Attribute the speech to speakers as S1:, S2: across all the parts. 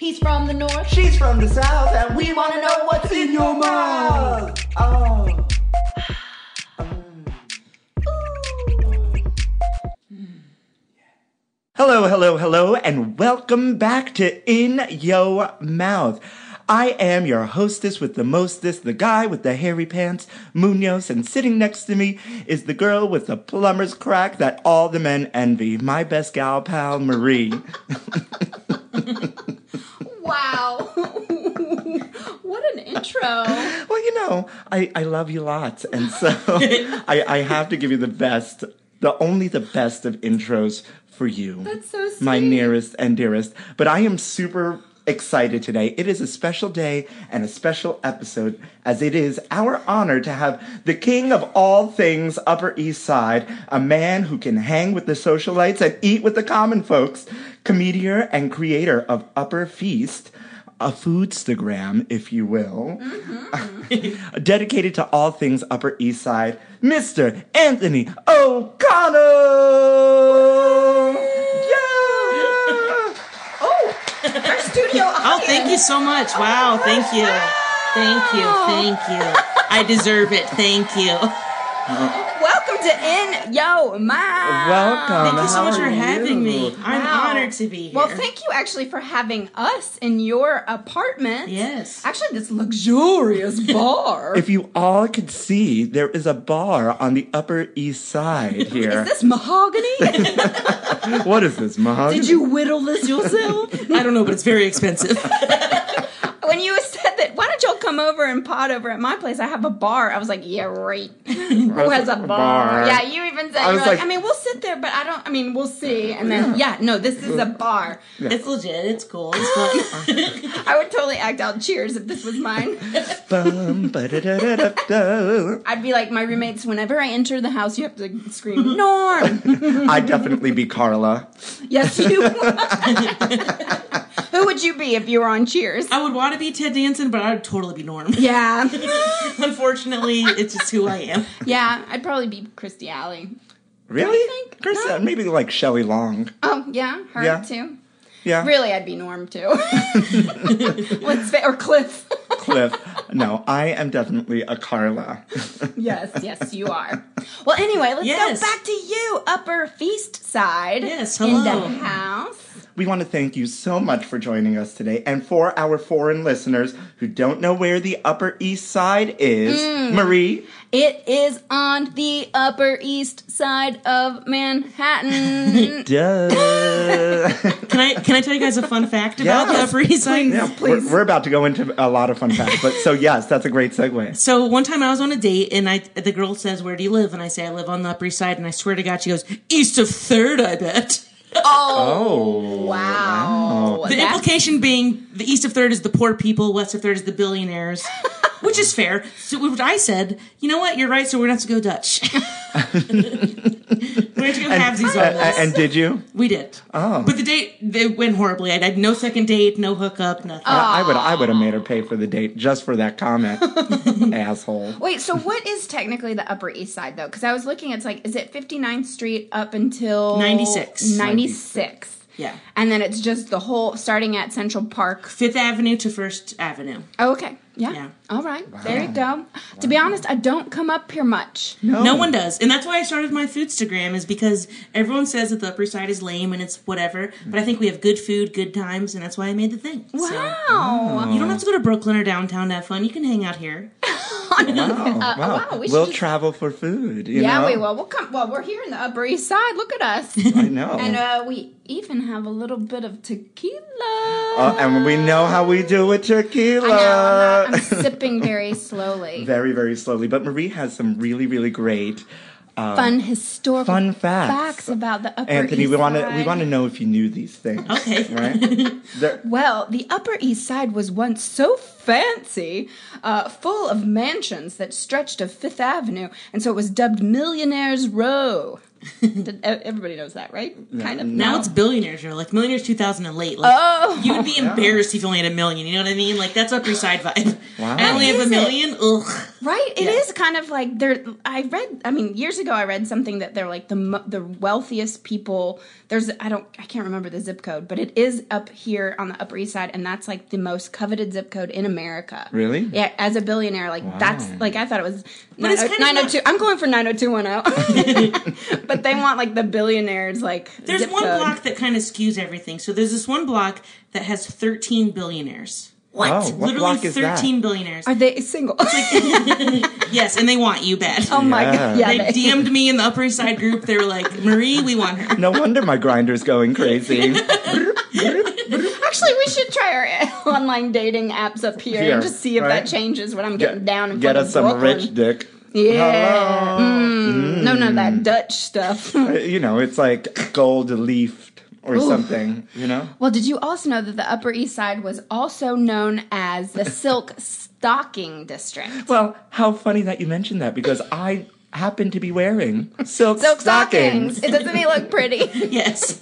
S1: He's from the north.
S2: She's from the south, and we want to know what's in your mouth. Oh. Hello, hello, hello, and welcome back to In Yo Mouth. I am your hostess with the mostest, the guy with the hairy pants, Munoz, and sitting next to me is the girl with the plumber's crack that all the men envy, my best gal pal, Marie.
S1: Wow. what an intro.
S2: Well, you know, I, I love you lots. And so I, I have to give you the best, the only the best of intros for you.
S1: That's so sweet.
S2: My nearest and dearest. But I am super excited today. It is a special day and a special episode, as it is our honor to have the king of all things Upper East Side, a man who can hang with the socialites and eat with the common folks, comedian and creator of Upper Feast. A foodstagram, if you will, dedicated to all things Upper East Side, Mr. Anthony O'Connell! Yeah!
S1: Oh, our studio
S3: Oh, thank you so much. Wow, thank you. Thank you. Thank you. I deserve it. Thank you.
S1: Welcome to In Yo Mouth.
S2: Welcome.
S3: Thank you so
S2: How
S3: much for
S2: are
S3: having me.
S2: you?
S3: I'm
S1: Wow.
S3: honored to be here.
S1: Well, thank you actually for having us in your apartment.
S3: Yes.
S1: Actually, this luxurious bar.
S2: If you all could see, there is a bar on the Upper East Side here.
S1: is this mahogany?
S2: what is this, Mom?
S1: Did you whittle this yourself?
S3: I don't know, but it's very expensive.
S1: when you said that, why don't y'all come over and pot over at my place? I have a bar. I was like, yeah, right. Who has a bar?
S2: Bar.
S1: Yeah, you even said,
S2: I
S1: you're
S2: was
S1: like,
S2: like-
S1: I mean, we'll sit there, but I don't, I mean, we'll see. And then, yeah, no, this is a bar.
S3: it's legit. It's cool. It's fun.
S1: I would totally act out cheers if this was mine.
S2: Bum, ba-da-da-da-da-da.
S1: I'd be like my roommates, whenever I enter the house, you have to scream, Norm!
S2: I'd definitely be Carla.
S1: yes, you Who would you be if you were on cheers?
S3: I would want to be Ted Danson, but I would totally be Norm.
S1: Yeah.
S3: Unfortunately, it's just who I am.
S1: Yeah, I'd probably be Christy Alley.
S2: Really?
S1: think-
S2: Chris,
S1: no.
S2: uh, maybe like Shelley Long.
S1: Oh, yeah, her
S2: Yeah.
S1: too.
S2: Yeah.
S1: Really, I'd be Norm too. Let's fa- or Cliff.
S2: Cliff. No, I am definitely a Carla.
S1: yes, yes, you are. Well, anyway, let's
S3: Yes.
S1: go back to you, Upper Feast Side.
S3: Yes,
S1: in the
S3: hello.
S1: house.
S2: We want to thank you so much for joining us today. And for our foreign listeners who don't know where the Upper East Side is,
S1: Hmm.
S2: Marie,
S1: It is on the Upper East Side of Manhattan.
S2: duh.
S3: Can I can I tell you guys a fun fact about
S2: Yes,
S3: the Upper East Side?
S2: Yeah, we're, we're about to go into a lot of fun facts, but so yes, that's a great segue.
S3: So one time I was on a date and I the girl says, "Where do you live?" And I say, "I live on the Upper East Side." And I swear to God, she goes, "East of Third, I bet."
S1: oh,
S2: Oh,
S1: wow!
S3: The
S1: That's-
S3: implication being the east of third is the poor people, west of third is the billionaires, which is fair. So what I said, you know what, you're right. So we're gonna have to go Dutch. we're gonna have to go have these
S2: And, and did you?
S3: We did. Oh, but the date they went horribly. I had no second date, no hookup, nothing.
S2: I, I would. I would have made her pay for the date just for that comment, asshole.
S1: Wait, so what is technically the Upper East Side though? Because I was looking, it's like, is it 59th Street up until
S3: 96.
S1: 96.
S3: Yeah.
S1: And then it's just the whole, starting at Central Park.
S3: Fifth Avenue to First Avenue.
S1: Oh, okay. Yeah.
S3: Yeah.
S1: All right. There you go. To be honest, I don't come up here much.
S2: Oh.
S3: No one does, and that's why I started my foodstagram is because everyone says that the Upper East Side is lame and it's whatever. But I think we have good food, good times, and that's why I made the thing. So- mm,
S1: Wow.
S3: You don't have to go to Brooklyn or downtown to have fun. You can hang out here.
S2: Oh, Wow, wow.
S1: Uh, wow, we
S2: we
S1: should
S2: will
S1: just-
S2: travel for food. You
S1: Yeah,
S2: know?
S1: we will. We'll come. Well, we're here in the Upper East Side. Look at us.
S2: I know.
S1: and uh, we even have a little bit of tequila.
S2: Uh, and we know how we do with tequila.
S1: I know, I'm, not- I'm sipping very slowly.
S2: very, very slowly. But Marie has some really, really great
S1: fun historical
S2: fun facts.
S1: facts about the Upper
S2: Anthony,
S1: East
S2: we want to.
S1: Side. Oh.
S2: We want to know if you knew these things.
S3: Okay.
S2: Right. There-
S1: Well, the Upper East Side was once so fancy, uh, full of mansions that stretched to Fifth Avenue, and so it was dubbed Millionaire's Row. Did- e- Everybody knows that, right? Kind of.
S3: Now it's billionaires. You're like millionaires 2000 and late. Like,
S1: Oh.
S3: you would be embarrassed if you only had a million. You know what I mean? Like that's Upper East Side vibe.
S2: Wow.
S3: I only have
S1: Is
S3: a
S1: it?
S3: million. Ugh.
S1: Right? It is
S3: Yeah.
S1: kind of like they're. I read. I mean, years ago, I read something that they're like the mo- the wealthiest people. There's. I don't. I can't remember the zip code, but it is up here on the Upper East Side, and that's like the most coveted zip code in America.
S2: Really?
S1: Yeah. As a billionaire, like that's like I thought it was. Nine
S3: it's kind of
S1: hundred two. I'm going for nine hundred two one zero. But they want like the billionaires like.
S3: There's
S1: zip
S3: one
S1: code.
S3: block that kind of skews everything. So there's this one block that has 13 billionaires.
S2: What? Oh, what
S3: Literally
S2: block is
S3: 13
S2: that?
S3: billionaires.
S1: Are they single? oh
S3: Yes, and they want you bad.
S1: my
S2: Yeah.
S1: god! Yeah.
S3: they
S1: they-
S3: DM'd me in the Upper East Side group. They were like, Marie, we want her.
S2: No wonder my grinder's going crazy.
S1: Actually, we should try our online dating apps up here,
S2: Here,
S1: and just see if
S2: right?
S1: that changes when I'm getting
S2: get,
S1: down and
S2: get us some rich dick.
S1: Yeah.
S2: Hello. Hmm.
S1: No, no, that Dutch stuff.
S2: Uh, You know, it's like gold leafed or something. You know.
S1: well, did you also know that the Upper East Side was also known as the Silk Stocking District?
S2: Well, how funny that you mentioned that because I happen to be wearing silk,
S1: Silk
S2: stockings.
S1: stockings. It doesn't he look pretty?
S3: Yes.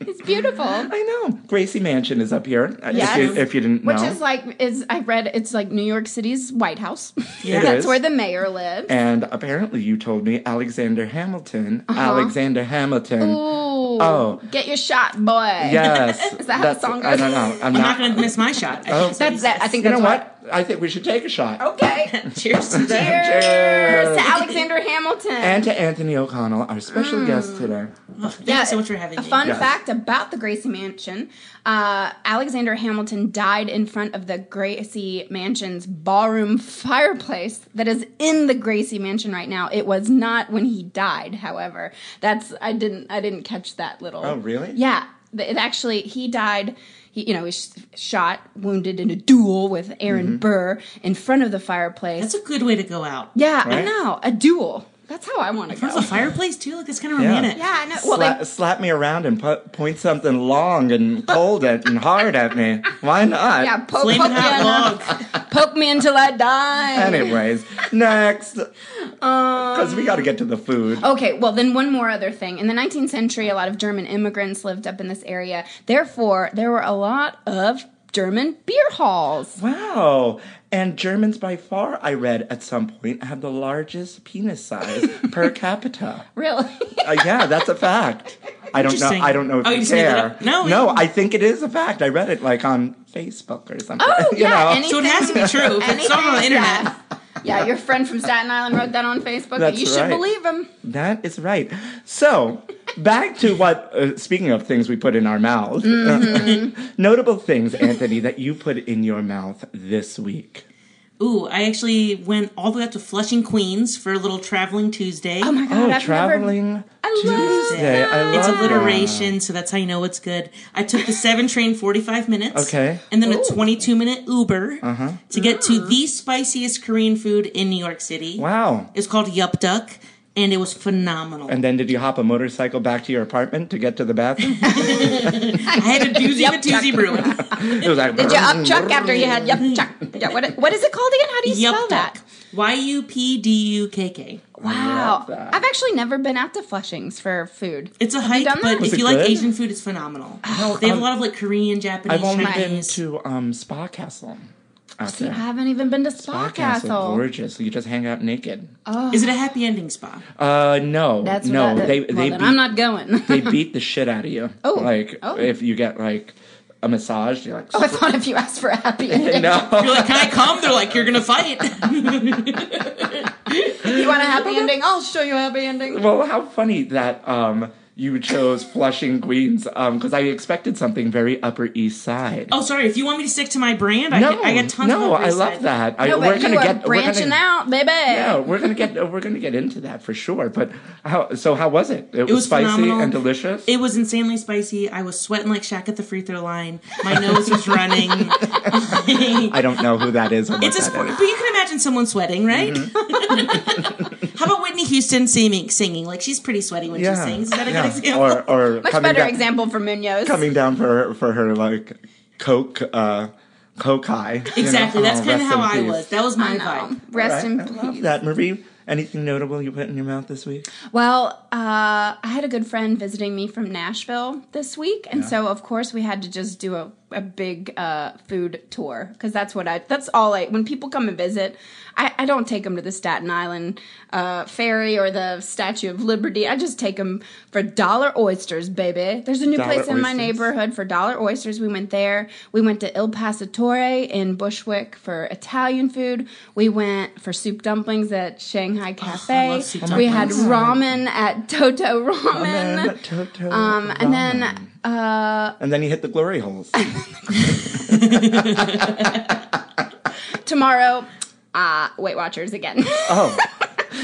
S1: It's beautiful.
S2: I know. Gracie Mansion is up here. uh,
S1: Yes.
S2: If, you, if you didn't know.
S1: Which is like is I read it's like New York City's White House.
S3: Yeah. It
S1: That's
S2: is.
S1: where the mayor lives.
S2: and apparently, you told me Alexander Hamilton. Alexander Hamilton.
S1: Uh-huh. Ooh.
S2: Oh.
S1: Get your shot, boy.
S2: Yes.
S1: Is that how
S2: That's-
S1: the song
S2: I
S1: goes?
S2: don't know. I'm
S3: I'm not
S2: not.
S3: going to miss my shot. I
S2: Oh.
S3: guess.
S1: That's that. Oh. I think
S2: You know
S1: that's
S2: what? I think we should take a shot.
S1: what- Okay.
S3: Cheers. to that.
S1: Cheers
S2: Cheers.
S1: to Alexander Hamilton.
S2: And to Anthony O'Connell, our special
S1: Mm.
S2: guest today.
S3: Thank you so much for having
S1: a
S3: me.
S1: Fun
S2: Yes.
S1: fact about the Gracie Mansion uh, Alexander Hamilton died in front of the Gracie Mansion's ballroom fireplace that is in the Gracie Mansion right now. It was not when he died, however. That's I didn't I didn't catch that little.
S2: Oh, really?
S1: Yeah, Th- it actually he died. He, you know, he was shot, wounded in a duel with Aaron
S2: Mm-hmm.
S1: Burr in front of the fireplace.
S3: That's a good way to go out.
S1: yeah, I
S2: Right?
S1: know a duel. That's how I want to
S3: There's a
S1: go.
S3: fireplace too. Like that's kind of romantic.
S1: Yeah, I know. Well, they-
S2: slap, slap me around and pu- point something long and cold at, and hard at me. Why not?
S1: yeah, poke, poke,
S3: Flaming
S1: me in the-
S3: hot log.
S1: Poke me until I die.
S2: Anyways, next.
S1: Um,
S2: Because we got to get to the food.
S1: Okay, well, then one more other thing. In the 19th century, a lot of German immigrants lived up in this area. Therefore, there were a lot of German beer halls.
S2: Wow. And Germans, by far, I read at some point, have the largest penis size per capita.
S1: Really?
S2: Uh, yeah, that's a fact. I don't know.
S3: Interesting.
S2: I don't know if
S3: Oh, you
S2: you
S3: just made that
S2: care.
S3: up? No,
S2: no,
S3: you-
S2: I think it is a fact. I read it like on Facebook or something.
S1: Oh,
S2: you
S1: yeah,
S2: know.
S1: any-
S3: So it has to be true. If it's on the
S1: Anything,
S3: internet.
S1: yeah. Yeah, your friend from Staten Island wrote that on Facebook.
S2: That's
S1: you should
S2: right.
S1: believe him.
S2: That is right. So, back to what, uh, speaking of things we put in our mouth,
S1: Mm-hmm.
S2: notable things, Anthony, that you put in your mouth this week.
S3: Ooh, I actually went all the way up to Flushing, Queens for a little traveling Tuesday.
S1: Oh my god,
S2: Oh,
S1: I've never.
S2: traveling
S1: I love
S2: Tuesday. I love
S3: It's
S2: that.
S3: alliteration, so that's how you know it's good. I took the seven train, forty-five minutes.
S2: Okay. Uh-huh.
S3: and then a twenty-two minute Uber to get to
S1: Mm.
S3: the spiciest Korean food in New York City.
S2: Wow.
S3: It's called Yup Duck, and it was phenomenal.
S2: And then did you hop a motorcycle back to your apartment to get to the bathroom?
S3: I had a doozy of a doozy brewing.
S2: it was
S1: Mm-hmm.
S2: like,
S1: Did you up chuck after you had yup chuck? Yeah, what, what is it called again? How do you spell
S3: Mm. Yup
S1: that?
S3: Duck. Y u p d u k k.
S1: Wow,
S2: that.
S1: I've actually never been out to Flushings for food.
S3: It's a hike,
S1: done that?
S3: but
S1: Was
S3: if
S2: it
S3: you like
S2: good?
S3: Asian food, it's phenomenal. they have a lot of like Korean, Japanese,
S2: I've only been
S3: Chinese.
S2: to um, Spa Castle. Out
S1: See, I
S2: there.
S1: haven't even been to Spa, Castle.
S2: Gorgeous. You just hang out naked.
S3: Is it a happy ending spa?
S2: Uh, no.
S1: That's
S2: no.
S1: what I,
S2: they
S1: well,
S2: they
S1: then
S2: beat,
S1: I'm not going.
S2: they beat the shit out of you.
S1: Oh.
S2: Like
S1: Oh.
S2: if you get like a massage, you're like.
S1: oh, I thought if you asked for a happy ending,
S2: No.
S3: You're like, can I come? They're like, you're gonna fight.
S1: you want a happy ending? I'll show you a happy ending.
S2: Well, how funny that um you chose Flushing Queens um because I expected something very Upper East Side.
S3: oh, sorry. If you want me to stick to my brand, I,
S2: no,
S3: get, I get tons
S2: no,
S3: of. Upper
S2: I
S3: East
S2: love
S3: Side.
S2: that. I,
S1: No,
S2: we're
S1: but
S2: gonna
S1: you are
S2: get we're gonna-
S1: branching out, baby.
S2: Yeah, we're gonna get we're gonna get into that for sure. But how? So how was it? It, was,
S3: was
S2: spicy
S3: phenomenal.
S2: and delicious.
S3: It was insanely spicy. I was sweating like Shaq at the free throw line. My nose was running.
S2: I don't know who that is. Or what
S3: it's a
S2: that
S3: sport,
S2: is.
S3: but you can imagine someone sweating, right? How about Whitney Houston singing? Singing like she's pretty sweaty when she sings. Is that a
S2: Mm-hmm. yeah.
S3: good example?
S2: Or, or
S1: Much
S2: coming
S1: better
S2: down,
S1: example for Munoz.
S2: coming down for her, for her like coke uh coke high. you know?
S3: exactly. That's
S2: Oh,
S3: kind of
S2: rest
S3: how
S2: in
S3: I
S2: peace.
S3: was. That was my
S1: I know.
S3: vibe.
S1: Rest
S2: Right.
S1: in
S2: I love
S1: peace.
S2: that, Marie. Anything notable you put in your mouth this week?
S1: Well, uh, I had a good friend visiting me from Nashville this week, and so of course we had to just do a, a big uh, food tour because that's what I. That's all I. When people come and visit, I, I don't take them to the Staten Island uh, ferry or the Statue of Liberty. I just take them for dollar oysters, baby. There's a new
S2: Dollar
S1: place in my
S2: oysters.
S1: neighborhood for dollar oysters. We went there. We went to Il Passatore in Bushwick for Italian food. We went for soup dumplings at Shanghai Cafe.
S3: love soup
S1: we had
S3: dumplings.
S1: ramen at Toto Ramen.
S2: Ramen, Toto
S1: Oh, um, and
S2: ramen.
S1: then
S2: And then you hit the glory holes.
S1: tomorrow, uh, Weight Watchers again.
S2: oh,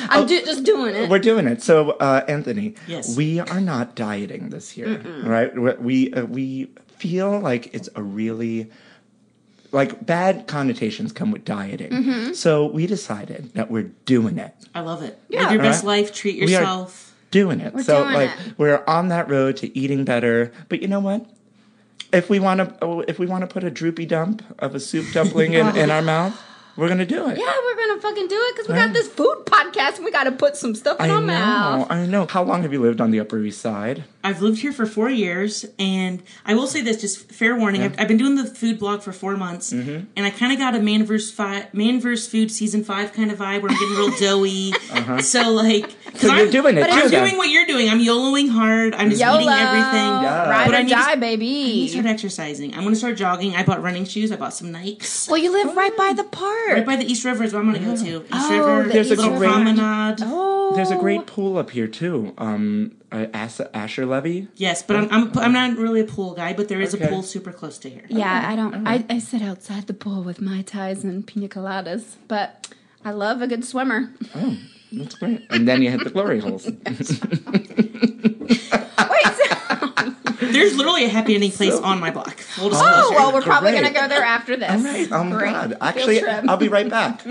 S1: I'm ju- just doing it.
S2: we're doing it. So, uh, Anthony,
S3: Yes.
S2: we are not dieting this year, right? We we, uh, we feel like it's a really like bad connotations come with dieting.
S1: Mm-hmm.
S2: So we decided that we're doing it.
S3: I love it.
S1: Yeah.
S3: Live your best
S2: Right.
S3: life. Treat
S2: We are-
S3: yourself.
S2: doing it. so
S1: doing
S2: like
S1: it.
S2: we're on that road to eating better. But you know what? If we want to, if we want to put a droopy dump of a soup dumpling in, in our mouth, we're gonna do it.
S1: yeah, we're gonna fucking do it because we got this food podcast and we gotta put some stuff in
S2: I
S1: our
S2: know.
S1: mouth.
S2: I know. How long have you lived on the Upper East Side?
S3: I've lived here for four years, and I will say this: just fair warning. I've, I've been doing the food blog for four months,
S2: Mm-hmm.
S3: and I kind of got a man versus five, man versus food season five kind of vibe where I'm getting real doughy. So like, because
S2: Uh-huh. you're doing it
S1: but
S2: too.
S1: it's
S3: I'm
S2: then.
S3: doing what you're doing. I'm YOLOing hard. I'm just
S1: YOLO,
S3: eating everything.
S1: ride
S3: But
S1: or
S3: I need to-
S1: die,
S3: I need to
S1: baby.
S3: start exercising. I'm gonna start jogging. I bought running shoes. I bought some Nikes.
S1: Well, you live right by the park.
S3: Right by the East River is where I'm gonna go to. East
S1: Oh,
S3: River,
S1: the
S2: There's a East
S3: little
S2: River.
S3: promenade.
S1: oh,
S2: There's a great pool up here too. Um, uh, As- Asher Levy.
S3: Yes, but I'm, I'm I'm not really a pool guy, but there is
S2: Okay.
S3: a pool super close to here.
S1: Yeah, I don't. I, I sit outside the pool with my ties and pina coladas, but I love a good swimmer.
S2: That's great. And then you hit the glory holes.
S1: Wait. So-
S3: There's literally a happy ending place on my block. Full disclosure.
S1: Oh well, we're probably
S2: Great.
S1: gonna go there after this.
S2: All right. Oh my
S1: Great.
S2: God.
S1: Field
S2: Actually,
S1: trip.
S2: I'll be right back.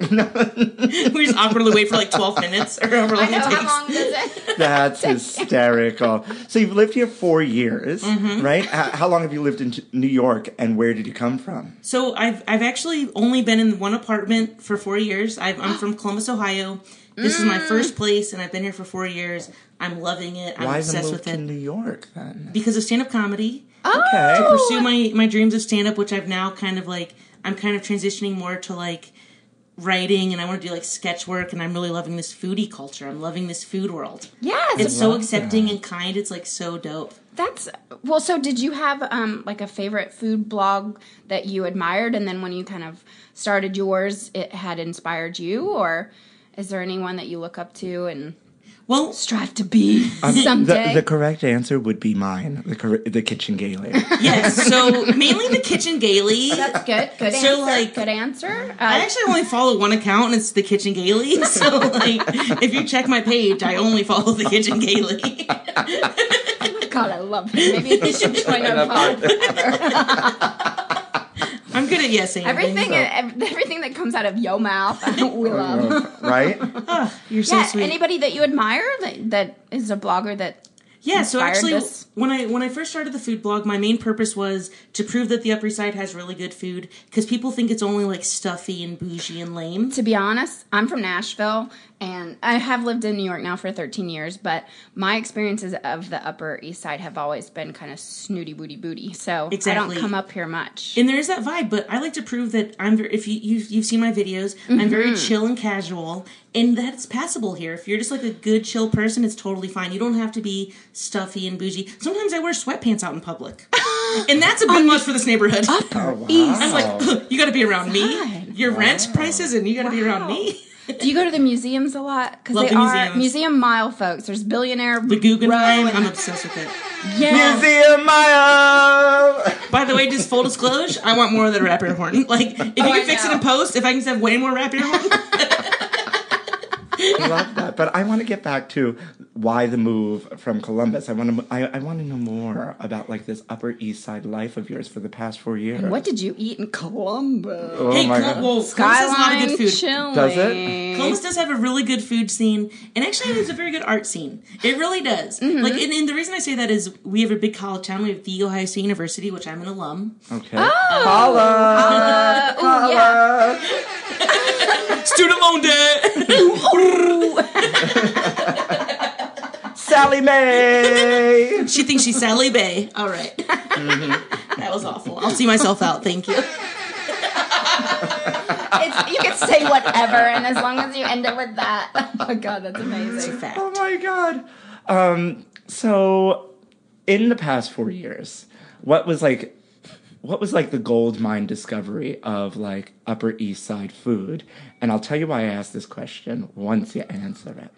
S3: we just awkwardly wait for like 12 minutes or however long
S1: I know
S3: it
S1: how
S3: takes.
S1: long does it?
S2: That's hysterical. So you've lived here four years,
S1: Mm-hmm.
S2: right? How, how long have you lived in J- New York, and where did you come from?
S3: So I've I've actually only been in one apartment for four years. I've, I'm from Columbus, Ohio. This is my
S1: Mm.
S3: first place, and I've been here for four years. I'm loving it. I'm
S2: Why the
S3: obsessed
S2: move
S3: with
S2: to
S3: it
S2: New York then?
S3: because of stand-up comedy.
S2: Okay.
S1: Oh,
S3: pursue my my dreams of stand up, which I've now kind of like I'm kind of transitioning more to like writing, and I want to do like sketch work, and I'm really loving this foodie culture. I'm loving this food world.
S1: Oh, Yes,
S3: It's so
S2: love
S3: accepting and kind. It's like so dope.
S1: that's well. So, did you have um like a favorite food blog that you admired, and then when you kind of started yours, it had inspired you, or is there anyone that you look up to and
S3: Well,
S1: strive to be
S2: The,
S1: someday?
S2: the correct answer would be mine. The cor- the kitchen gaily.
S3: yes. So mainly the kitchen gaily.
S1: that's good. Good
S3: So,
S1: answer.
S3: like-
S1: good answer.
S3: I
S1: Uh,
S3: actually only follow one account, and it's the Kitchen Gaily. So, like, if you check my page, I only follow the Kitchen Gaily.
S1: God, I love it. Maybe you should join our pod.
S3: I'm good at yes and
S1: Everything, e-, ev- everything that comes out of your mouth, we love.
S2: right?
S3: You're so
S1: Yeah,
S3: sweet.
S1: anybody that you admire that, that is a blogger that
S3: Yeah, so
S1: inspired
S3: actually,
S1: this?
S3: when I when I first started the food blog, my main purpose was to prove that the Upper East Side has really good food because people think it's only like stuffy and bougie and lame.
S1: to be honest, I'm from Nashville and I have lived in New York now for 13 years, but my experiences of the Upper East Side have always been kind of snooty booty booty. So I
S3: Exactly.
S1: don't come up here much.
S3: And there is that vibe, but I like to prove that I'm very. If you you've, you've seen my videos,
S1: Mm-hmm.
S3: I'm very chill and casual, and that's passable here. If you're just like a good chill person, it's totally fine. You don't have to be stuffy and bougie. Sometimes I wear sweatpants out in public, and that's a bit much for this neighborhood.
S2: Oh, wow.
S3: I'm like, you got to be around me.
S1: Side.
S3: Your rent prices, and you got to be around me.
S1: Do you go to the museums a lot? Because
S3: Love
S1: they
S3: the
S1: are
S3: museums.
S1: museum mile folks. There's billionaire.
S3: The Guggenheim, I'm obsessed with it.
S1: yeah.
S2: Museum Mile.
S3: By the way, just full disclosure, I want more of the rap ear horn. Like, if you
S1: Oh, I
S3: can fix it in
S1: know.
S3: post, if I can just have way more rap ear horn.
S2: I love that. But I want to get back to why the move from Columbus. I want to. I, I want to know more about like this Upper East Side life of yours for the past four years.
S1: What did you eat in Colombo?
S2: Oh
S3: hey,
S2: my
S3: Col-
S2: God.
S3: well, Columbus has a lot of
S1: Skyline
S3: good food.
S1: chilling.
S2: Does it?
S3: Columbus does have a really good food scene, and actually, there's a very good art scene. It really does.
S1: Mm-hmm.
S3: Like, and, and the reason I say that is we have a big college town. We have the Ohio State University, which I'm an alum.
S2: Okay.
S1: Uh,
S2: Holla.
S1: ooh, Oh, yeah.
S3: Student loan debt.
S2: Sally Mae.
S3: she thinks she's Sally Bay. All right.
S2: Mm-hmm.
S3: That was awful. I'll see myself out. Thank you.
S1: It's, you can say whatever, and as long as you end it with that. Oh, God, that's amazing.
S3: Fact.
S2: Oh my god. Um, so in the past four years, what was like what was like the gold mine discovery of like Upper East Side food? And I'll tell you why I asked this question once you answer it.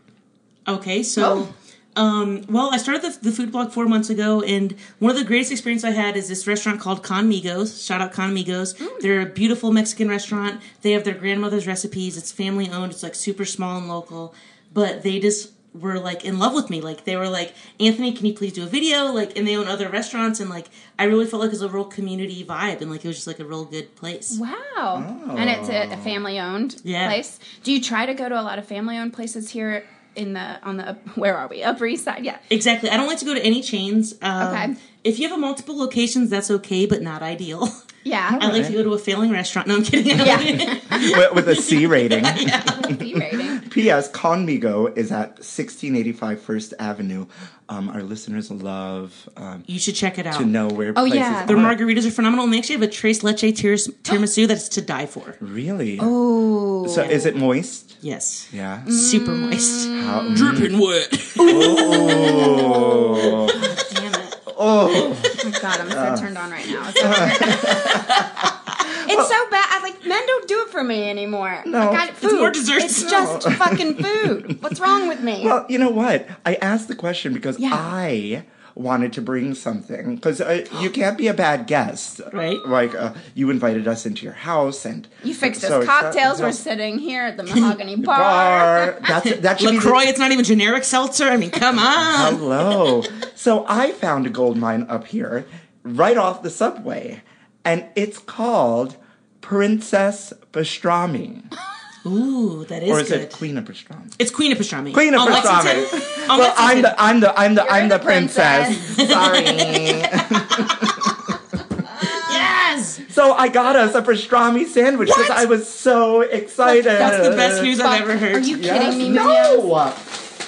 S3: Okay, so um, well, I started the, the food blog four months ago, and one of the greatest experience I had is this restaurant called Conmigos. Shout out Conmigos. They're a beautiful Mexican restaurant. They have their grandmother's recipes. It's family owned. It's like super small and local, but they just were like in love with me. Like they were like, Anthony, can you please do a video? Like, and they own other restaurants, and like I really felt like it was a real community vibe, and like it was just like a real good place.
S1: Wow. And it's
S2: Oh.
S1: a, a family owned
S3: Yeah.
S1: place. Do you try to go to a lot of family owned places here in the, on the, up- where are we? Upper East Side? Yeah.
S3: Exactly. I don't like to go to any chains. Um,
S1: Okay.
S3: If you have a multiple locations, that's okay, but not ideal.
S1: Yeah.
S3: I like to go to a failing restaurant. No, I'm kidding.
S1: Yeah.
S2: with, with a C rating.
S1: B E rating.
S2: P.S. Conmigo is at 1685 First Avenue. Um, our listeners love um,
S3: you should check it out.
S2: to know where
S1: Oh,
S2: places
S1: yeah.
S3: Their
S2: are.
S3: margaritas are phenomenal. They actually have a tres leche tiras- tiramisu that's to die for.
S2: Really?
S1: Oh. Ooh.
S2: So is it moist?
S3: Yes.
S2: Yeah. Mm.
S3: Super moist.
S1: Mm.
S2: How-
S3: Dripping wet.
S2: Oh.
S3: Damn it.
S2: oh.
S1: Oh my god, I'm so turned on right now. It's so, It's so bad. I like men don't do it for me anymore.
S2: No.
S1: Like, I-
S2: It's
S1: food.
S3: more desserts.
S1: It's just fucking food. What's wrong with me?
S2: Well, Oh. you know what? I asked the question because
S1: Yeah.
S2: I wanted to bring something because uh, you can't be a bad guest,
S3: Right.
S2: Like uh, you invited us into your house and
S1: you fixed
S2: so
S1: us
S2: it's not-
S1: cocktails. We're
S2: no.
S1: sitting here at the mahogany bar.
S2: bar. That's that should
S3: LaCroix,
S2: be.
S3: it's not even generic seltzer. I mean, come
S2: the-
S3: on.
S2: Hello. so I found a gold mine up here, right off the subway, and it's called Princess Pastrami,
S3: Ooh, that is
S2: or is
S3: good.
S2: it Queen of Pastrami?
S3: it's Queen of Pastrami.
S2: Queen of
S3: On
S2: Pastrami.
S3: Lexington- on
S2: Well, I'm
S3: Lexington.
S2: the I'm the I'm the I'm the,
S1: the
S2: princess. Sorry.
S3: yes!
S2: so I got us a pastrami sandwich because I was so excited.
S3: That's the
S2: Uh,
S3: best news I've
S1: Fuck.
S3: ever heard.
S1: Are you
S2: Yes.
S1: kidding me, Minions?
S2: No.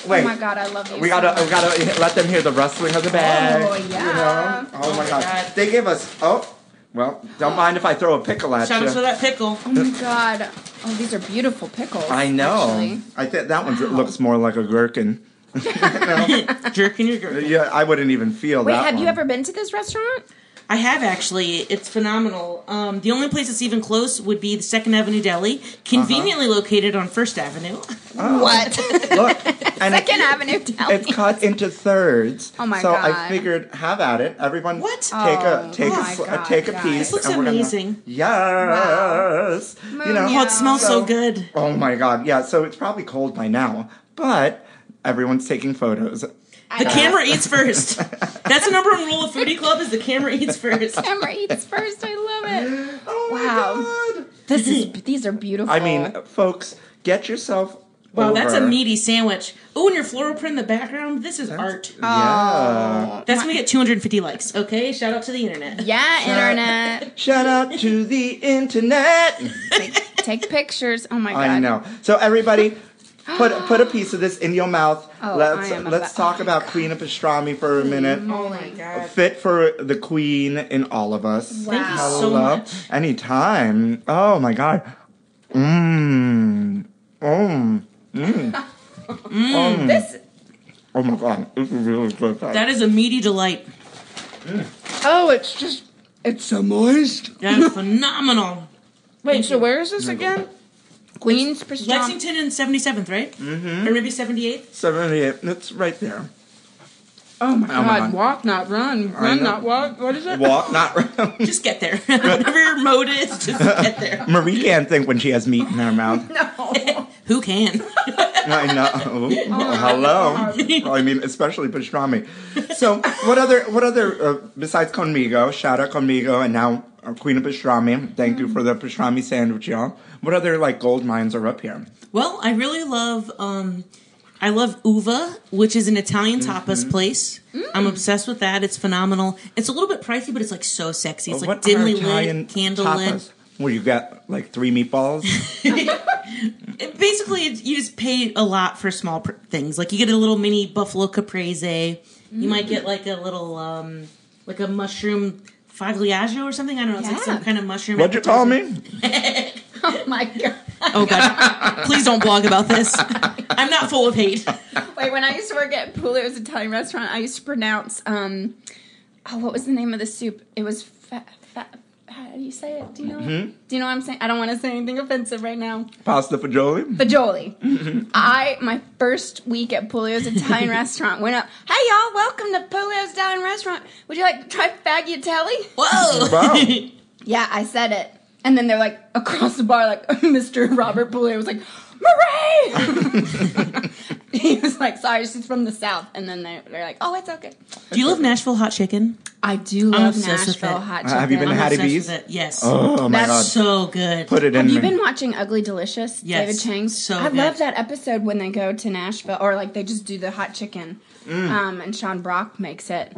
S2: Wait.
S1: Oh my god, I love you.
S2: We
S1: so
S2: gotta,
S1: much.
S2: we gotta let them hear the rustling of the bag.
S1: Oh,
S2: you
S1: yeah.
S2: know? Oh, my
S3: my
S2: god.
S3: God.
S2: They gave us. Oh, well, don't mind if I throw a pickle at
S3: Shout
S2: you.
S3: out to that pickle.
S1: Oh my god. Oh, these are beautiful pickles.
S2: I know.
S1: actually.
S2: I think that one looks more like a gherkin.
S3: Jerk in your girl.
S2: Yeah, I wouldn't even feel
S1: Wait,
S2: that.
S1: have you
S2: one.
S1: ever been to this restaurant?
S3: I have actually. It's phenomenal. Um, the only place that's even close would be the Second Avenue Deli,
S2: Uh-huh.
S3: conveniently located on First Avenue.
S1: What?
S2: Look, and
S1: Second
S2: it,
S1: Avenue. Tell
S2: it's
S1: me.
S2: cut into thirds.
S1: Oh my
S2: so I
S1: God.
S2: figured, have at it, everyone.
S3: What?
S2: Take
S1: Oh
S2: a take a,
S1: my
S2: sl-
S1: God,
S2: take a
S1: guys.
S2: piece.
S1: This
S3: looks
S2: and we're gonna-
S3: amazing.
S2: yes, you know.
S1: Moon,
S3: Oh, it smells so,
S2: So-
S3: good.
S2: Oh my god, yeah. So it's probably cold by now, but everyone's taking photos.
S3: The camera eats first. That's the number one rule of Foodie Club: is the camera eats first.
S1: Camera eats first. I love it.
S2: Oh
S1: Wow.
S2: my god!
S1: This is these are beautiful.
S2: I mean, folks, get yourself.
S3: Oh. Wow, that's a
S2: over-
S3: meaty sandwich. Oh, and your floral print in the background. This is art.
S2: Yeah.
S3: That's gonna get 250 likes. Okay, shout out to the internet.
S1: yeah, internet.
S2: Shout out to the internet.
S1: Take pictures. Oh my god.
S2: I know. So everybody, put put a piece of this in your mouth.
S1: Oh,
S2: let's
S1: I am
S2: let's
S1: about-
S2: talk about Queen of Pastrami for a minute.
S3: Oh my god.
S2: Fit for the queen in all of us.
S3: Thank you
S1: Wow.
S3: so
S2: Hello.
S3: much.
S2: Anytime. Oh my god. Mmm. Mmm.
S1: This.
S2: Oh my god. This is really good.
S3: That is a meaty delight.
S1: Oh, it's just.
S2: it's so moist.
S3: That is phenomenal.
S1: Wait. So where is this again? Queens Pastrami.
S3: Lexington and 77th, right? Mm-hmm. Or maybe 78th.
S2: 78. It's right there.
S1: Oh my
S2: my
S1: god.
S2: God.
S1: Walk not run. Run
S2: know.
S1: not walk. What is it?
S2: Walk, not
S3: Just get there. Whatever your mode is, just get there.
S2: Marie can't think when she has meat in her mouth.
S3: Who can?
S2: I know.
S3: Oh,
S2: Ooh, hello. I mean, especially pastrami. So, what other, what other, uh, besides Conmigo, shout out Conmigo, and now uh, Queen of Pastrami. Thank you for
S3: Mm.
S2: the pastrami sandwich, y'all. What other, like, gold mines are up here?
S3: Well, I really love um I love Uva, which is an Italian
S2: Mm-hmm.
S3: tapas place.
S2: Mm.
S3: I'm obsessed with that. It's phenomenal. It's a little bit pricey, but it's like so sexy. It's like
S2: what
S3: dimly
S2: are Italian
S3: lit, candle
S2: tapas? Where you got, like, three meatballs?
S3: lit. It- basically, it's- you just pay a lot for small
S2: Mm.
S3: pr- things. Like you get a little mini buffalo caprese. You might get like a little um like a mushroom fagliaggio or something. I don't know. It's like
S1: Yeah.
S3: some kind of mushroom.
S2: What'd you
S3: appetizer.
S2: call me?
S1: Oh my god.
S3: Oh god! Please don't blog about this. I'm not full of hate.
S1: Wait, when I used to work at Pula, it was an Italian restaurant. I used to pronounce, um, oh, what was the name of the soup? It was fa- fa- How do you say it? Do you know? What, do you know what I'm saying? I don't want to say anything offensive right now.
S2: Pasta fagioli?
S1: Fajoli. I my first week at Pulio's Italian restaurant went up. Hey y'all, welcome to Pulio's Italian restaurant. Would you like to try Fagatelli?
S3: Whoa!
S2: Wow.
S1: Yeah, I said it. And then they're like across the bar, like Mr. Robert Pulio was like, Marie. he was like, sorry, she's from the south. And then they, they're like, oh, it's okay.
S3: Do you love Nashville hot chicken?
S1: I do love
S3: obsessed with
S1: Nashville
S3: it.
S1: hot
S2: Uh,
S1: chicken.
S2: have you been to
S3: I'm
S2: Hattie
S3: obsessed
S2: B's?
S3: with it. Yes.
S2: Oh my
S3: That's
S2: god.
S3: so good.
S2: Put it in
S1: have you
S2: me.
S1: been watching Ugly Delicious?
S3: Yes,
S1: David Chang.
S3: so
S1: I
S3: good.
S1: love that episode when they go to Nashville, or like they just do the hot chicken,
S2: Mm.
S1: um, and Sean Brock makes it.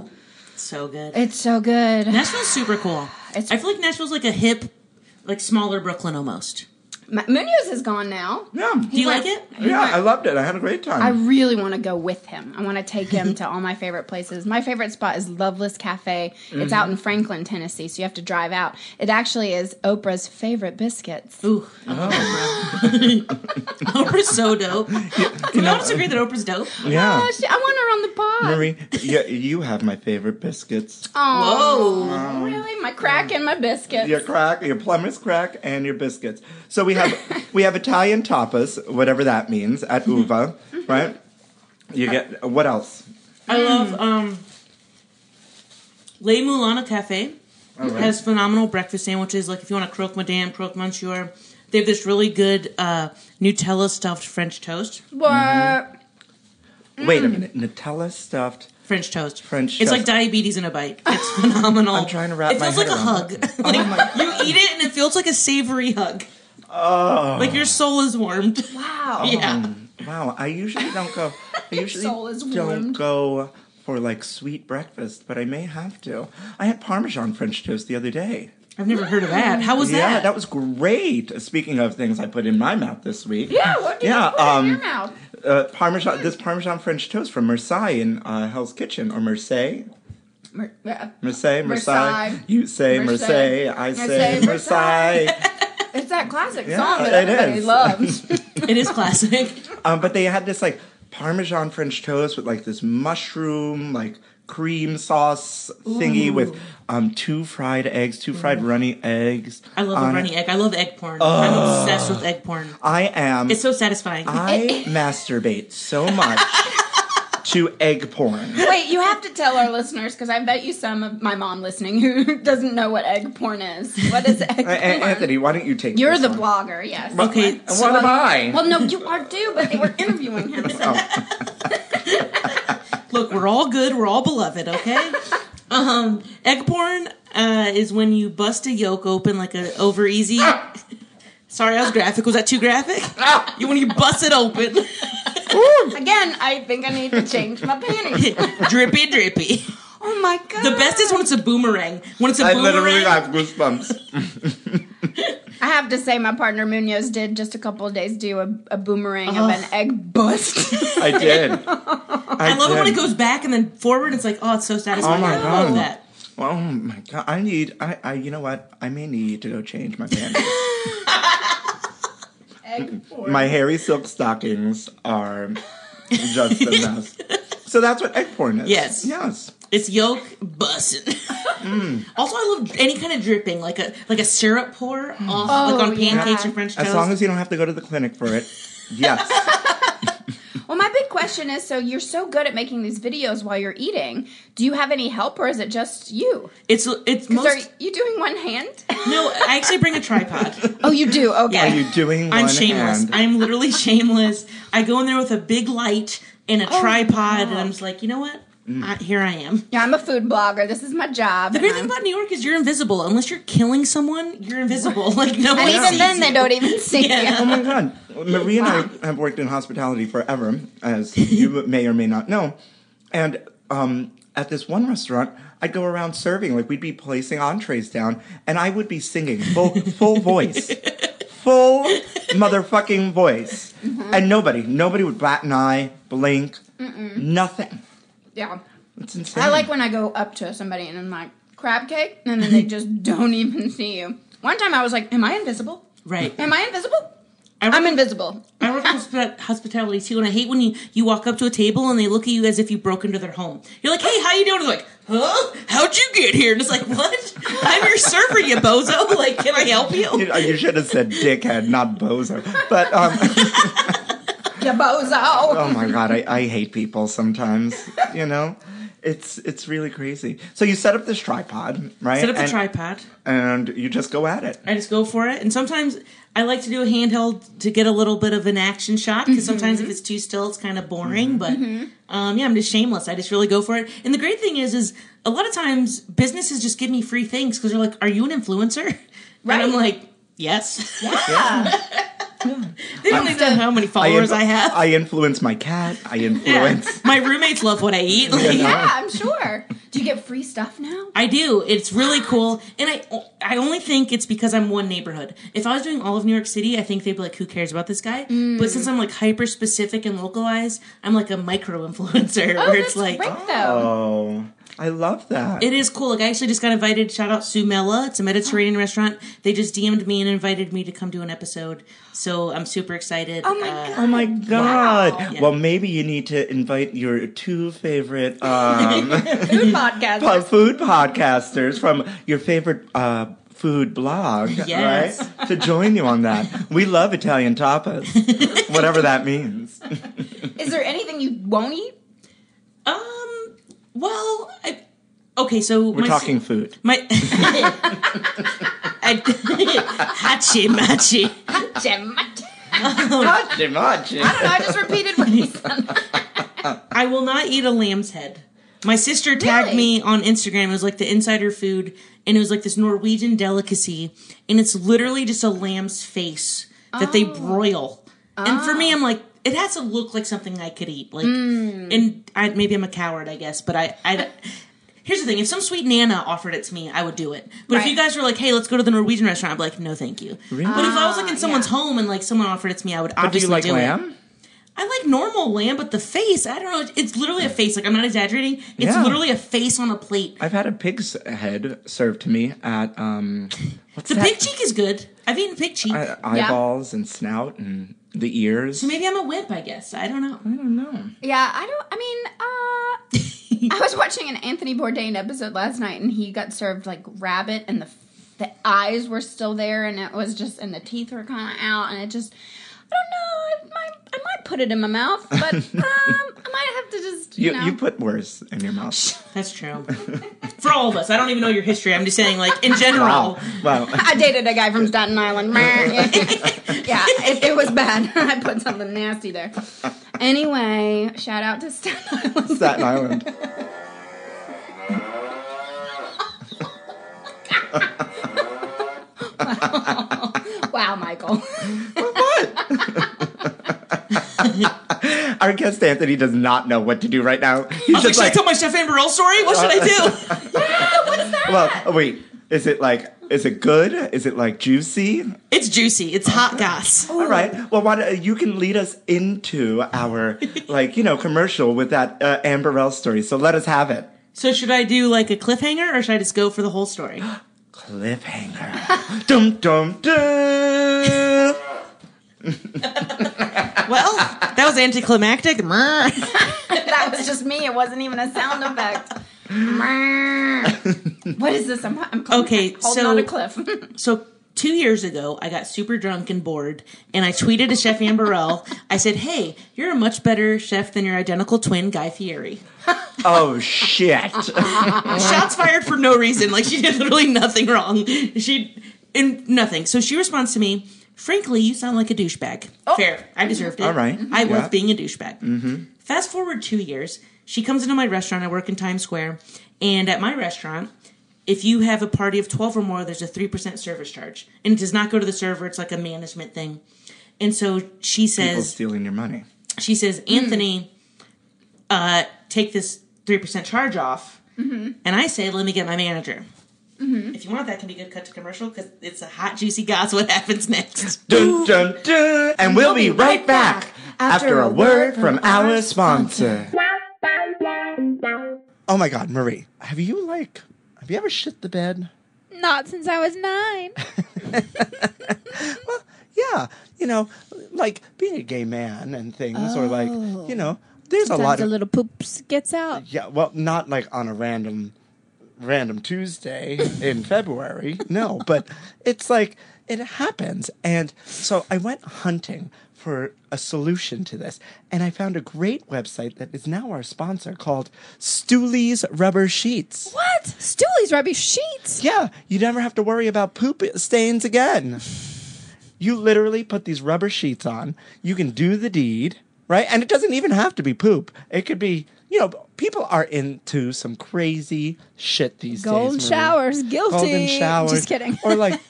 S3: so good.
S1: It's so good.
S3: Nashville's super cool.
S1: It's-
S3: I feel like Nashville's like a hip, like smaller Brooklyn almost.
S1: Ma- Munoz is gone now.
S2: yeah.
S3: Do you
S1: went-
S3: like it?
S2: Yeah, I loved it. I had a great time.
S1: I really want to go with him. I want to take him to all my favorite places. My favorite spot is Loveless Cafe.
S2: Mm-hmm.
S1: It's out in Franklin, Tennessee, so you have to drive out. It actually is Oprah's favorite
S2: Mm.
S1: biscuits.
S3: Ooh.
S2: Oh.
S3: Oprah's so dope. Can we all just agree that Oprah's dope?
S2: yeah.
S1: Oh, she- I want her on the pod.
S2: Marie, yeah, you have my favorite biscuits.
S1: Oh, really? My crack and my biscuits.
S2: Your crack, your plumber's crack, and your biscuits. So we have we have Italian tapas, whatever that means, at
S1: Mm-hmm.
S2: Uva, right? You get what else?
S3: I love um Le Moulana Cafe. Has phenomenal breakfast sandwiches. Like if you want a croque madame, croque monsieur, they have this really good uh, Nutella stuffed French toast.
S1: What?
S2: Wait
S1: Mm.
S2: a minute, Nutella stuffed.
S3: French toast.
S2: French
S3: It's
S2: toast.
S3: like diabetes in a bite. It's phenomenal.
S2: I'm trying to wrap
S3: It
S2: my
S3: feels
S2: head
S3: like a
S2: around
S3: hug. like, you eat it and it feels like a savory hug.
S2: Oh,
S3: Like your soul is warmed.
S1: Wow.
S3: Yeah.
S2: wow! I usually don't go. I usually
S1: soul is
S2: don't
S1: warmed.
S2: go for like sweet breakfast, but I may have to. I had Parmesan French toast the other day.
S3: I've never heard of that. How was
S2: Yeah,
S3: that?
S2: that was great. Speaking of things I put in my mouth this week.
S1: Yeah, what do you
S2: Yeah,
S1: put in your
S2: um,
S1: mouth?
S2: uh, Parmesan, this Parmesan French toast from Marseille in uh, Hell's Kitchen or Marseille.
S1: Mer- uh,
S2: Marseille, Marseille.
S1: Marseille.
S2: You say Marseille,
S1: Marseille.
S2: I say
S1: Marseille,
S2: Marseille.
S1: It's that classic
S2: Yeah,
S1: song that
S2: it
S1: everybody
S2: is.
S1: loves.
S3: It is classic.
S2: um, but they had this like Parmesan French toast with like this mushroom, like cream sauce thingy with um, two fried eggs, two fried
S1: Mm.
S2: runny eggs.
S3: I love
S2: on
S3: a runny
S2: it.
S3: egg. I love egg porn. I'm obsessed with egg porn.
S2: I am.
S3: It's so satisfying.
S2: I masturbate so much to egg porn.
S1: Wait, you have to tell our listeners because I bet you some of my mom listening who doesn't know what egg porn is. What is egg
S2: A- A-
S1: porn?
S2: Anthony, why don't you take?
S1: You're
S2: this
S1: the
S2: one?
S1: blogger, yes.
S3: okay.
S2: And What am I?
S1: Well, no, you are too, but they were interviewing him. So.
S3: Oh. Look, we're all good. We're all beloved. Okay. um, egg porn uh, is when you bust a yolk open like a over easy. Sorry, I was graphic. Was that too graphic? you when you bust it open,
S1: Again, I think I need to change my panties.
S3: drippy, drippy.
S1: Oh my god!
S3: The best is when it's a boomerang. When it's a
S2: I
S3: boomerang,
S2: literally have goosebumps.
S1: I have to say, my partner Munoz did just a couple of days do a, a boomerang of an egg bust.
S2: I did. I,
S3: I love it when
S2: did.
S3: it goes back and then forward. It's like, oh, it's so satisfying.
S2: Oh my
S3: I love
S2: God.
S3: that.
S2: Oh my god! I need. I, I. You know what? I may need to go change my pants.
S1: egg porn.
S2: my hairy silk stockings are just a mess. So that's what egg porn is.
S3: Yes.
S2: Yes.
S3: It's yolk bussin.
S2: Mm.
S3: Also, I love any kind of dripping, like a like a syrup pour off, like on
S1: Oh, yeah.
S3: pancakes and French
S2: As
S3: toast.
S2: long as you don't have to go to the clinic for it. Yes.
S1: Well, my big question is: so you're so good at making these videos while you're eating. Do you have any help, or is it just you?
S3: it's it's
S1: Is
S3: most.
S1: are you doing one hand?
S3: No, I actually bring a tripod.
S1: oh, you do. Okay.
S3: Yeah.
S2: Are you doing one
S3: I'm shameless.
S2: hand?
S3: I'm literally shameless. I go in there with a big light and a tripod, and I'm just like, you know what?
S2: Mm.
S3: I, here I am.
S1: Yeah, I'm a food blogger. This is my job.
S3: The great
S1: and
S3: thing
S1: I'm-
S3: about New York is you're invisible. Unless you're killing someone, you're invisible. Like no one
S1: and
S3: sees
S1: even then,
S3: you.
S1: they don't even see
S3: Yeah.
S2: Oh
S1: you.
S2: my god. Marie and I have worked in hospitality forever, as you may or may not know. And um, at this one restaurant, I'd go around serving, like we'd be placing entrees down, and I would be singing full, full voice. Full motherfucking voice.
S1: Mm-hmm.
S2: And nobody, nobody would bat an eye, blink, nothing.
S1: Yeah.
S2: That's insane.
S1: I like when I go up to somebody and I'm like, crab cake, and then they just don't even see you. One time I was like, am I invisible?
S3: Right.
S1: Am I invisible?
S3: I
S1: I'm
S3: work,
S1: invisible.
S3: I work in hospi- hospitality too, and I hate when you, you walk up to a table and they look at you as if you broke into their home. You're like, hey, how you doing? And they're like, huh? How'd you get here? And it's like, what? I'm your server, you bozo. Like, can I help you?
S2: You, you should have said dickhead, not bozo. But um,
S1: You bozo.
S2: oh my god, I, I hate people sometimes. You know, it's it's really crazy. So you set up this tripod, right?
S3: Set up the
S2: and,
S3: tripod.
S2: and you just go at it.
S3: I just go for it. And sometimes I like to do a handheld to get a little bit of an action shot
S1: Mm-hmm.
S3: because sometimes if it's too still, it's kind of boring. But um, yeah, I'm just shameless. I just really go for it. And the great thing is, is a lot of times businesses just give me free things because they're like, "Are you an influencer?"
S1: Right.
S3: And I'm like, "Yes."
S1: Yeah.
S3: they don't even know how many followers I,
S2: influ-
S3: have.
S2: I influence my cat. I influence.
S3: My roommates love what I eat. Like,
S1: yeah, I'm sure. Do you get free stuff now?
S3: I do. It's really cool, and I I only think it's because I'm one neighborhood. If I was doing all of New York City, I think they'd be like, "Who cares about this guy?"
S1: Mm.
S3: But since I'm like hyper specific and localized, I'm like a micro influencer,
S1: Oh,
S3: where
S1: that's
S3: it's like
S1: great though.
S2: Oh, I love that.
S3: it is cool. Like I actually just got invited. Shout out Sue Mella. It's a Mediterranean
S1: Oh.
S3: restaurant. They just DM'd me and invited me to come do an episode. So I'm super excited.
S1: Oh my
S3: Uh,
S1: God.
S2: Oh my god!
S3: Yeah.
S2: Well, maybe you need to invite your two favorite um,
S1: Food podcast.
S2: po- food podcasters from your favorite uh, food blog,
S3: Yes.
S2: right? To join you on that. We love Italian tapas, whatever that means.
S1: Is there anything you won't eat?
S3: Um. Well, I, okay. So
S2: We're talking food.
S3: My I, hachi machi.
S1: Jim, I don't
S2: Not too much.
S1: know. I just repeated what he said.
S3: I will not eat a lamb's head. My sister tagged
S1: Really?
S3: me on Instagram. It was like the insider food, and it was like this Norwegian delicacy, and it's literally just a lamb's face that
S1: Oh.
S3: they broil. And for me, I'm like, it has to look like something I could eat. Like, and I, maybe I'm a coward, I guess, but I, I. Here's the thing: if some sweet nana offered it to me, I would do it. But if
S1: Right.
S3: you guys were like, "Hey, let's go to the Norwegian restaurant," I'd be like, "No, thank you." But if I was
S1: Oh,
S3: like in someone's home and like someone offered it to me, I would
S2: Do
S3: obviously
S2: you like
S3: do it.
S2: lamb?
S3: I like normal lamb, but the face, I don't know. It's literally a face. Like, I'm not exaggerating. It's
S2: Yeah.
S3: literally a face on a plate.
S2: I've had a pig's head served to me at um, what's
S3: The
S2: that?
S3: pig cheek is good. I've eaten pig cheek.
S2: Uh, eyeballs and snout and the ears.
S3: Maybe I'm a wimp, I guess. I don't know.
S2: I don't know.
S1: Yeah, I don't. I mean, uh, I was watching an Anthony Bourdain episode last night, and he got served like rabbit, and the the eyes were still there, and it was just, and the teeth were kind of out, and it just, I don't know. I might, I might put it in my mouth, but um, I might have to just, you,
S2: You,
S1: know,
S2: you put worse in your mouth.
S3: That's true. For all of us. I don't even know your history. I'm just saying, like, in general.
S2: Wow. Wow.
S1: I dated a guy from Staten Island. yeah, it, it was bad. I put something nasty there. Anyway, shout out to Staten Island.
S2: Staten Island.
S1: Wow, Michael.
S2: Our guest Anthony does not know what to do right now. He's
S3: I was like, should I tell my Stefan Burrell story? What should
S2: Uh,
S3: I do?
S2: well, oh, wait. Is it like? Is it good? Is it like juicy?
S3: it's juicy. It's hot goss.
S2: All right. Well, why don't, you can lead us into our like you know commercial with that uh, Anne Burrell story. So let us have it.
S3: So, should I do, like, a cliffhanger or should I just go for the whole story?
S2: Cliffhanger. dum dum dum.
S3: Well, that was anticlimactic.
S1: that was just me. It wasn't even a sound effect. what is this? I'm, I'm holding-
S3: Okay,
S1: holding
S3: so-
S1: on a cliff.
S3: so two years ago, I got super drunk and bored, and I tweeted to Chef Anne Burrell. I said, "Hey, you're a much better chef than your identical twin, Guy Fieri."
S2: Oh shit.
S3: Shots fired for no reason. Like she did literally nothing wrong. She and nothing. So she responds to me. Frankly, you sound like a douchebag. Fair. I deserved it. All
S2: right.
S3: I
S2: Yeah. Mm-hmm.
S3: love being a douchebag. Fast forward two years, she comes into my restaurant. I work in Times Square. And at my restaurant, if you have a party of 12 or more, there's a 3% service charge. And it does not go to the server, it's like a management thing. And so she
S2: People
S3: says,
S2: stealing your money.
S3: she says, Anthony, uh, take this 3% charge off. And I say, let me get my manager. If you want, that can be a good cut to commercial because it's a hot, juicy goss. What happens next?
S2: Dun dun dun. And we'll be right back after a word from our sponsor. Oh my God, Marie, have you like, have you ever shit the bed?
S4: Not since I was nine.
S2: well, yeah, you know, like being a gay man and things, or like, you know, there's Oh. a lot
S4: Sometimes a
S2: of
S4: little poops gets out.
S2: Uh, yeah. Well, not like on a random, random Tuesday in February. No, but it's like it happens, and so I went hunting for a solution to this, and I found a great website that is now our sponsor called Stooley's Rubber Sheets.
S4: What? Stoolies, rubbish sheets.
S2: Yeah, you never have to worry about poop stains again. You literally put these rubber sheets on. You can do the deed, right? And it doesn't even have to be poop. It could be, you know, people are into some crazy shit these
S4: Golden
S2: days. Marie.
S4: showers, guilty.
S2: Golden showers.
S4: Just kidding.
S2: Or like,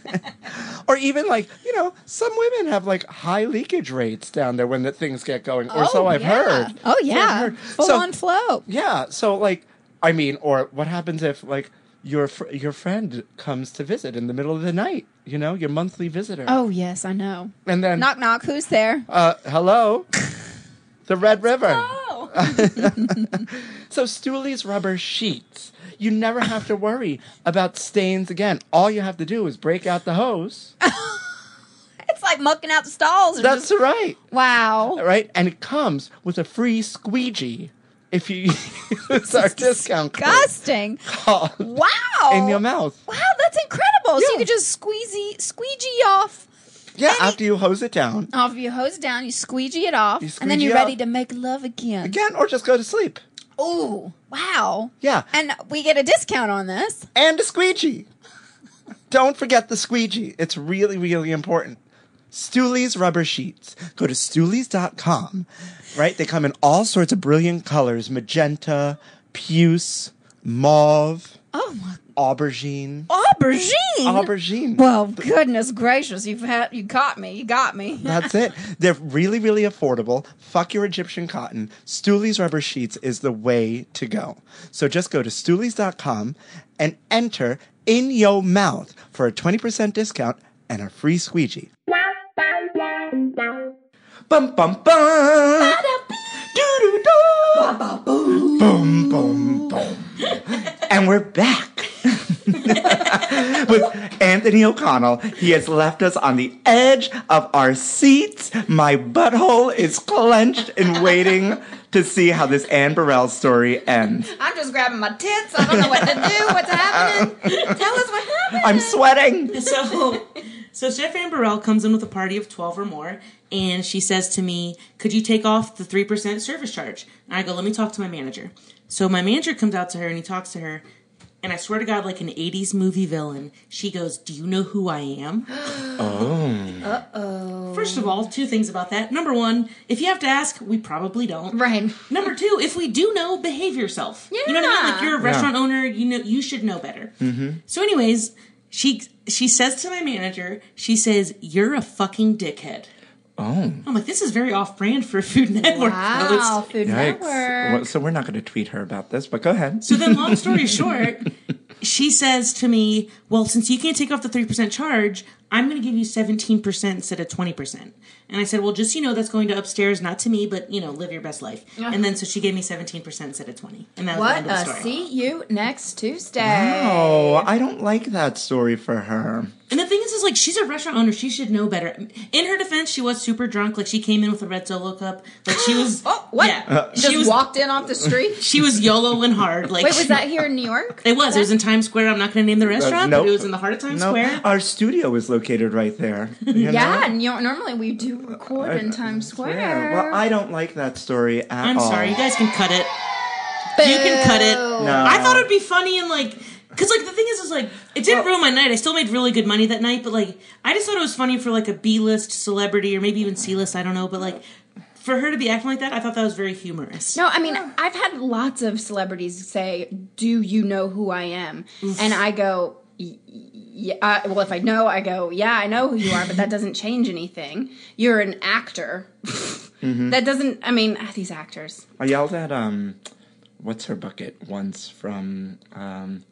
S2: or even like, you know, some women have like high leakage rates down there when the things get going, or so
S4: Oh,
S2: I've
S4: yeah.
S2: heard.
S4: Oh
S2: So I've
S4: yeah,
S2: heard.
S4: full
S2: So-
S4: on flow.
S2: yeah. So like, I mean, or what happens if like your fr- your friend comes to visit in the middle of the night? You know, your monthly visitor.
S4: Oh yes, I know.
S2: and then
S4: Knock knock. Who's there?
S2: uh, hello, the Red River. uh,
S1: Oh,
S2: So Stooley's rubber sheets. You never have to worry about stains again. All you have to do is break out the hose.
S1: it's like mucking out the stalls. Or
S2: That's
S1: just,
S2: right.
S1: wow.
S2: Right? And it comes with a free squeegee if you use our discount code
S4: Disgusting.
S2: called
S4: Wow.
S2: in your mouth.
S4: Wow, that's incredible. So
S2: Yeah.
S4: you could just squeezy squeegee off
S2: Yeah, after you hose it down.
S4: off your hose down, you squeegee it off,
S2: You
S4: and then
S2: squeegee
S4: you're
S2: it
S4: ready
S2: off.
S4: to make love again.
S2: again or just go to sleep.
S4: Oh, wow.
S2: Yeah.
S4: And we get a discount on this.
S2: And a squeegee. Don't forget the squeegee. It's really, really important. Stooley's rubber sheets. Go to stoolies.com. Right? They come in all sorts of brilliant colors magenta, puce, mauve,
S4: Oh my Oh,
S2: aubergine.
S4: aubergine.
S2: Aubergine.
S4: well, goodness gracious, you've had you caught me. You got me.
S2: That's it. They're really, really affordable. Fuck your Egyptian cotton. Stooley's Rubber Sheets is the way to go. So just go to stoolies.com and enter in yo mouth for a 20% discount and a free squeegee. Bum bum bum. Doo doo doo. Boom boom boom. And we're back with Anthony O'Connell. He has left us on the edge of our seats. My butthole is clenched and waiting to see how this Anne Burrell story ends.
S1: I'm just grabbing my tits. I don't know what to do. What's happening? Tell us what happened.
S2: I'm sweating.
S3: so so Chef Anne Burrell comes in with a party of 12 or more and she says to me, "Could you take off the 3% service charge?" And I go, "Let me talk to my manager." So my manager comes out to her and he talks to her and I swear to God, like an 80s movie villain, she goes, Do you know who I am? Oh. Uh-oh. First of all, two things about that. Number one, if you have to ask, we probably don't.
S1: Right.
S3: Number two, if we do know, behave yourself. You know what I mean? Like you're a restaurant owner, you know you should know better. So, anyways, she she says to my manager, she says, "You're a fucking dickhead."
S2: Oh,
S3: I'm like, this is very off brand for Food Network.
S1: Wow,
S3: Wow.
S1: Food
S2: yikes.
S1: Network.
S2: Well, so we're not going to tweet her about this, but go ahead.
S3: So then, long story short, she says to me, "Well, since you can't take off the three percent charge, I'm going to give you seventeen percent instead of twenty percent." And I said, "Well, just so you know, that's going to upstairs, not to me, but you know, live your best life." And then, so she gave me seventeen percent instead of twenty, and that was
S1: What
S3: the end
S1: a
S3: of the story.
S1: see you next Tuesday.
S2: Oh, I don't like that story for her.
S3: And the thing is, is like she's a restaurant owner. She should know better. In her defense, she was super drunk. Like she came in with a red Solo cup. Like she was.
S1: Oh, what?
S3: Yeah,
S2: Uh,
S1: Just
S3: she was.
S1: walked in off the street.
S3: she was YOLOing hard. Like
S1: Wait, was that here in New York?
S3: It was. It was in Times Square. I'm not going to name the
S2: Uh,
S3: restaurant,
S2: nope.
S3: but it was in the heart of Times Square.
S2: Our studio is located right there. you know? Uh,
S1: Yeah, and you know, normally we do record in Times Square.
S2: Yeah, Well, I don't like that story at
S3: I'm
S2: all.
S3: sorry. You guys can cut it. You can cut it.
S2: No.
S3: I thought it'd be funny and like, cause like the thing is, is like it didn't ruin my night. I still made really good money that night, but like I just thought it was funny for like a B list celebrity or maybe even C list. I don't know, but like for her to be acting like that, I thought that was very humorous.
S1: No, I mean, I've had lots of celebrities say, "Do you know who I am?" And I go, "Y- y- "Yeah." Uh, well, if I know, I go, "Yeah, I know who you are," but that doesn't change anything. You're an actor.
S2: Mm-hmm.
S1: That doesn't. I mean, ah, these actors.
S2: I yelled at um, what's her bucket once from um,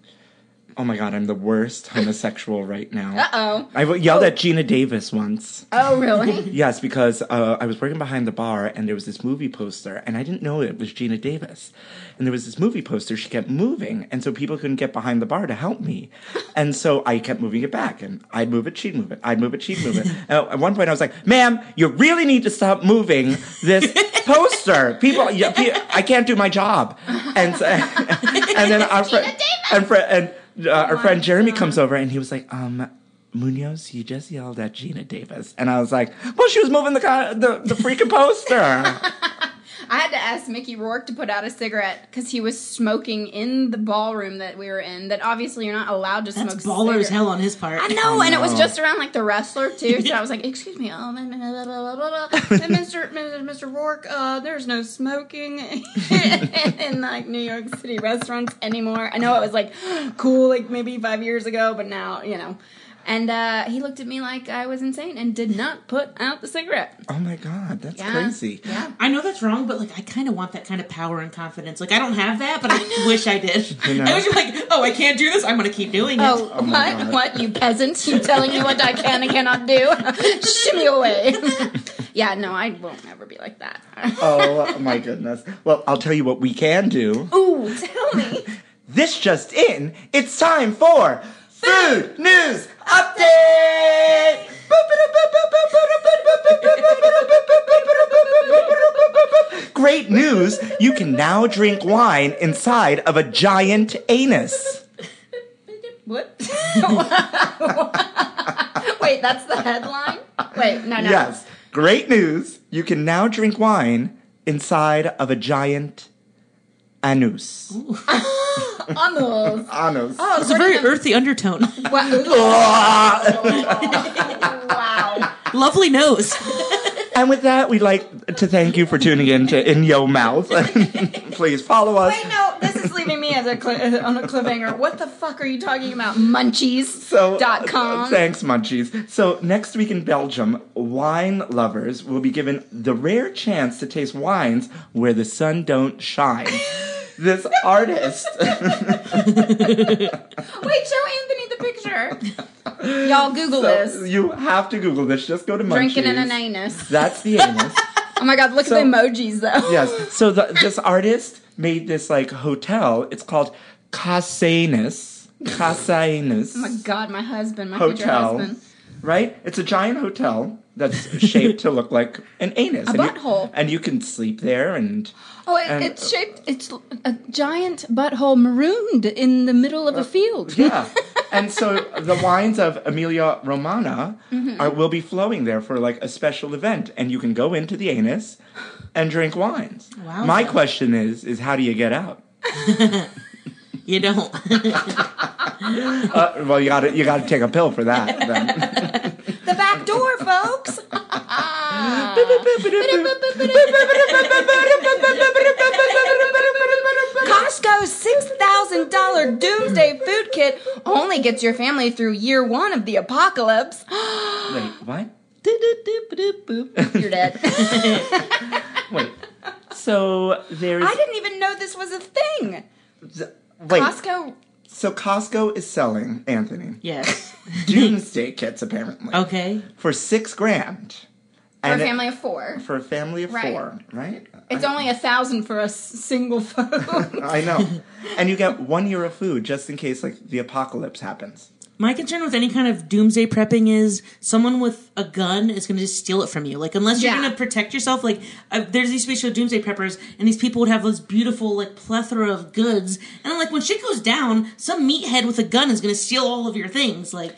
S2: Oh my god, I'm the worst homosexual right now.
S1: Uh-oh.
S2: I
S3: Oh.
S2: yelled at Gina Davis once.
S1: Oh, really?
S2: Yes, because uh, I was working behind the bar and there was this movie poster, and I didn't know it was Gina Davis. And there was this movie poster, she kept moving, and so people couldn't get behind the bar to help me. And so I kept moving it back, and I'd move it, she'd move it, I'd move it, she'd move it. And at one point, I was like, ma'am, you really need to stop moving this poster. People, yeah, pe- I can't do my job. And, so, and then our, fri- and, fri- and, uh, our friend Jeremy comes over, and he was like, um, Munoz, you just yelled at Gina Davis. And I was like, well, she was moving the co- the, the freaking poster.
S1: I had to ask Mickey Rourke to put out a cigarette because he was smoking in the ballroom that we were in. That obviously you're not allowed to smoke.
S3: That's baller
S1: cigarettes.
S3: as hell on his part.
S1: I know, and it was
S2: know.
S1: just around like the wrestler too. So I was like, "Excuse me, um, and- and blah, blah, blah, blah, blah. And Mr. Mr. Mr. Rourke, uh, there's no smoking in like New York City restaurants anymore." I know it was like cool, like maybe five years ago, but now you know. And uh, he looked at me like I was insane and did not put out the cigarette.
S2: oh my God, that's
S1: Yeah.
S2: crazy.
S1: Yeah.
S3: I know that's wrong, but like I kind of want that kind of power and confidence. Like I don't have that, but I, wish I did.
S2: know?
S3: I was like, oh, I can't do this. I'm gonna keep doing it.
S1: Oh,
S2: my
S1: what?
S2: God.
S1: What? You peasants? You telling me what I can and cannot do? Shimmy away. yeah, no, I won't ever be like that.
S2: Oh my goodness. Well, I'll tell you what we can do.
S1: Ooh, tell me.
S2: This just in, it's time for Food News Update! Great news! You can now drink wine inside of a giant anus.
S1: What? Wait, that's the headline? Wait, no, no.
S2: Yes. Great news! You can now drink wine inside of a giant anus.
S1: Almost.
S2: Anus.
S1: Oh,
S3: it's a very earthy undertone.
S1: wow.
S2: Ah.
S1: wow.
S3: Lovely nose.
S2: And with that, we'd like to thank you for tuning in to In Yo Mouth. Please follow us.
S1: Wait, no, this is leaving me as a cli- on a cliffhanger. What the fuck are you talking about? Munchies.
S2: So
S1: dot
S2: uh,
S1: com.
S2: Thanks, Munchies. So next week in Belgium, wine lovers will be given the rare chance to taste wines where the sun don't shine. this artist,
S1: Wait, show Anthony the picture. Y'all Google
S2: so
S1: this.
S2: you have to Google this. Just go to Munchies.
S1: Drinking in an anus.
S2: That's the anus.
S1: Oh my god, look
S2: So-
S1: at the emojis though.
S2: yes. So the, this artist made this like hotel. It's called Casanus. Casanus.
S1: Oh my god, my husband, my future
S2: Hotel.
S1: husband.
S2: right? It's a giant hotel that's shaped to look like an anus, a
S1: butthole.
S2: and you can sleep there. And
S1: Oh, it,
S2: And-
S1: it's shaped. It's a giant butthole marooned in the middle of a field.
S2: Uh, yeah, and so the wines of Emilia Romana are will be flowing there for like a special event, and you can go into the anus and drink wines.
S3: Wow.
S2: My question is, is how do you get out?
S3: You don't.
S2: Uh, well, you got to you got to take a pill for that. Then.
S1: The back door, folks. Costco's six thousand dollar doomsday food kit only gets your family through year one of the apocalypse.
S2: Wait, what?
S1: You're dead.
S2: Wait. So there's
S1: I didn't even know this was a thing.
S2: wait.
S1: Costco.
S2: So Costco is selling Anthony
S3: yes.
S2: doomsday kits apparently.
S3: Okay.
S2: for six grand.
S1: For a
S2: And it-
S1: family of four,
S2: for a family of
S1: Right.
S2: four, right?
S1: it's only a thousand for a s- single phone.
S2: I know. and you get one year of food just in case like the apocalypse happens.
S3: My concern with any kind of doomsday prepping is someone with a gun is going to just steal it from you. Like, unless you're
S1: Yeah.
S3: going to protect yourself. Like, uh, there's these special doomsday preppers, and these people would have this beautiful, like, plethora of goods. And I'm like, when shit goes down, some meathead with a gun is going to steal all of your things. Like,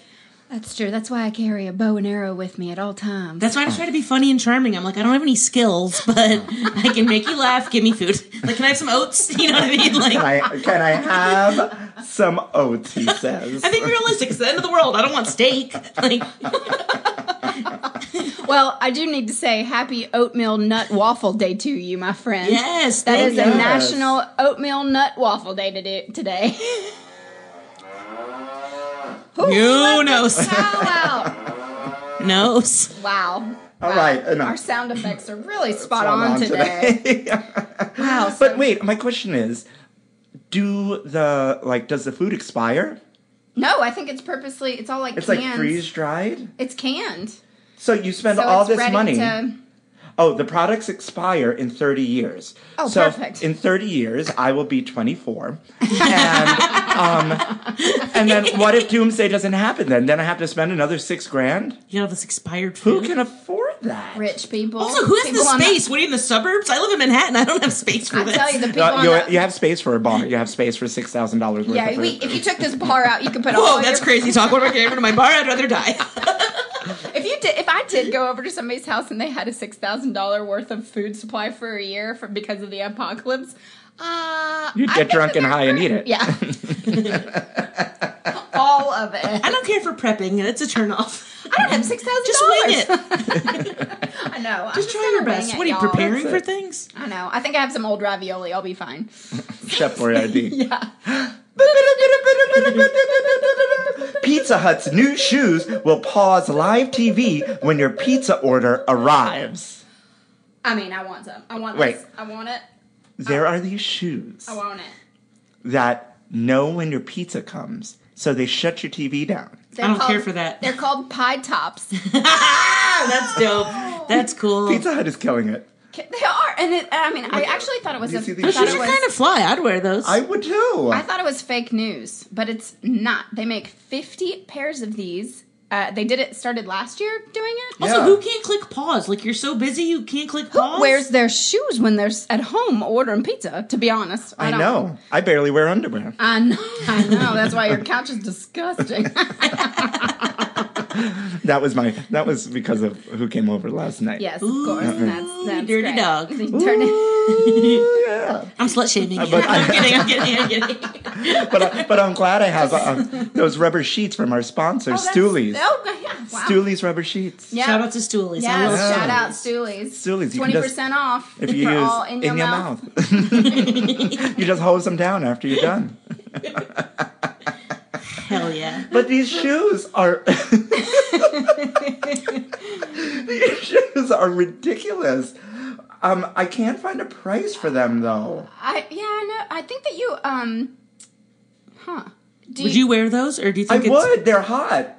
S1: That's true. That's why I carry a bow and arrow with me at all times.
S3: that's why I just try to be funny and charming. I'm like, I don't have any skills, but I can make you laugh. Give me food. Like, can I have some oats? You know what I mean? Like,
S2: I, can I have some oats, he says.
S3: I think realistic. It's the end of the world. I don't want steak. Like,
S1: Well, I do need to say happy oatmeal nut waffle day to you, my friend.
S3: yes,
S1: That
S3: thank
S1: is
S3: you.
S1: a
S2: yes.
S1: national oatmeal nut waffle day to- today.
S3: You know,
S1: Wow,
S3: knows.
S1: wow. Wow.
S2: All right,
S1: Our
S2: enough.
S1: sound effects are really spot
S2: Going
S1: on, today. Wow. so-
S2: but wait, my question is, do the like does the food expire?
S1: No, I think it's purposely. It's all like
S2: It's
S1: canned.
S2: like freeze dried.
S1: It's canned.
S2: So you spend
S1: So
S2: all
S1: it's
S2: this
S1: ready
S2: money.
S1: to-
S2: Oh, the products expire in 30 years.
S1: Oh,
S2: so
S1: perfect.
S2: In 30 years, I will be 24. And, um, and then what if Doomsday doesn't happen then? Then I have to spend another six grand?
S3: You know this expired
S2: Who
S3: food.
S2: can afford that?
S1: rich people.
S3: also, who has the
S1: People on
S3: space? What are you in the suburbs? I live in Manhattan. I don't have space for
S1: I
S3: this.
S1: tell you, the people
S2: Uh,
S1: on
S2: you,
S1: the,
S2: you have space for a bar. You have space for $6,000 worth of
S1: yeah.
S2: food.
S1: We, if you took this bar out, you could put all
S3: Whoa, that's
S1: your,
S3: crazy talk. What am I getting rid of my bar? I'd rather die.
S1: If you did, if I did go over to somebody's house and they had a six thousand dollar worth of food supply for a year for, because of the apocalypse, uh,
S2: You'd
S1: I
S2: get
S1: think
S2: drunk
S1: that
S2: and
S1: they're
S2: high and
S1: great.
S2: eat it.
S1: Yeah, all of it.
S3: I don't care for prepping. It's a turnoff.
S1: I don't have six thousand
S3: Just wing it.
S1: I know. I'm
S3: Just try your
S1: gonna wing
S3: best.
S1: it,
S3: What are you
S1: y'all.
S3: preparing
S2: That's
S3: for
S2: it.
S3: things?
S1: I know. I think I have some old ravioli. I'll be fine.
S2: Chef Boyardee.
S1: Yeah.
S2: Pizza Hut's new shoes will pause live TV when your pizza order arrives.
S1: I mean, I want some. I want
S2: Wait.
S1: this. I want it.
S2: There are these shoes
S1: I want it.
S2: that know when your pizza comes, so they shut your TV down.
S1: They're
S3: I don't care for that.
S1: They're called pie tops.
S3: Ah, that's dope. That's
S1: Oh.
S3: cool.
S2: Pizza Hut is killing it.
S1: They are, and it, I mean, I actually thought it was.
S2: You
S1: A,
S2: see these
S1: I thought
S3: Those
S1: it
S3: are
S1: was
S3: kind of fly. I'd wear those.
S2: I would too.
S1: I thought it was fake news, but it's not. They make 50 pairs of these. Uh, they did it started last year doing it.
S3: also,
S2: Yeah.
S3: who can't click pause? Like you're so busy, you can't click pause.
S1: Wears their shoes when they're s- at home ordering pizza. To be honest,
S2: I
S1: don't-
S2: know. I barely wear underwear.
S1: I know. I know. That's why your couch is disgusting.
S2: That was my. That was because of who came over last night.
S1: yes, of course. that's, that's
S3: dirty
S1: great.
S3: dog.
S1: You turn it-
S2: Ooh, yeah.
S3: I'm slut shaming. you.
S2: but-
S3: I'm kidding. I'm kidding. I'm kidding.
S2: But I, but I'm glad I have uh, those rubber sheets from our sponsor,
S1: that's-
S2: Stoolies.
S1: Oh, yeah. Wow.
S2: Stoolies rubber sheets.
S1: Yeah.
S3: Shout out to Stoolies. I
S1: Yes,
S3: love
S1: shout
S3: Stoolies.
S1: out Stoolies.
S2: Stoolies, you can
S1: Twenty
S2: just-
S1: percent off
S2: If you
S1: for
S2: use
S1: all in your, mouth.
S2: mouth. you just hose them down after you're done.
S3: Hell yeah.
S2: But these shoes are these shoes are ridiculous. Um, I can't find a price for them though.
S1: I yeah, I know. I think that you um, huh? Do
S3: Would you wear those, or do you
S2: I
S3: think it's
S2: would. They're hot.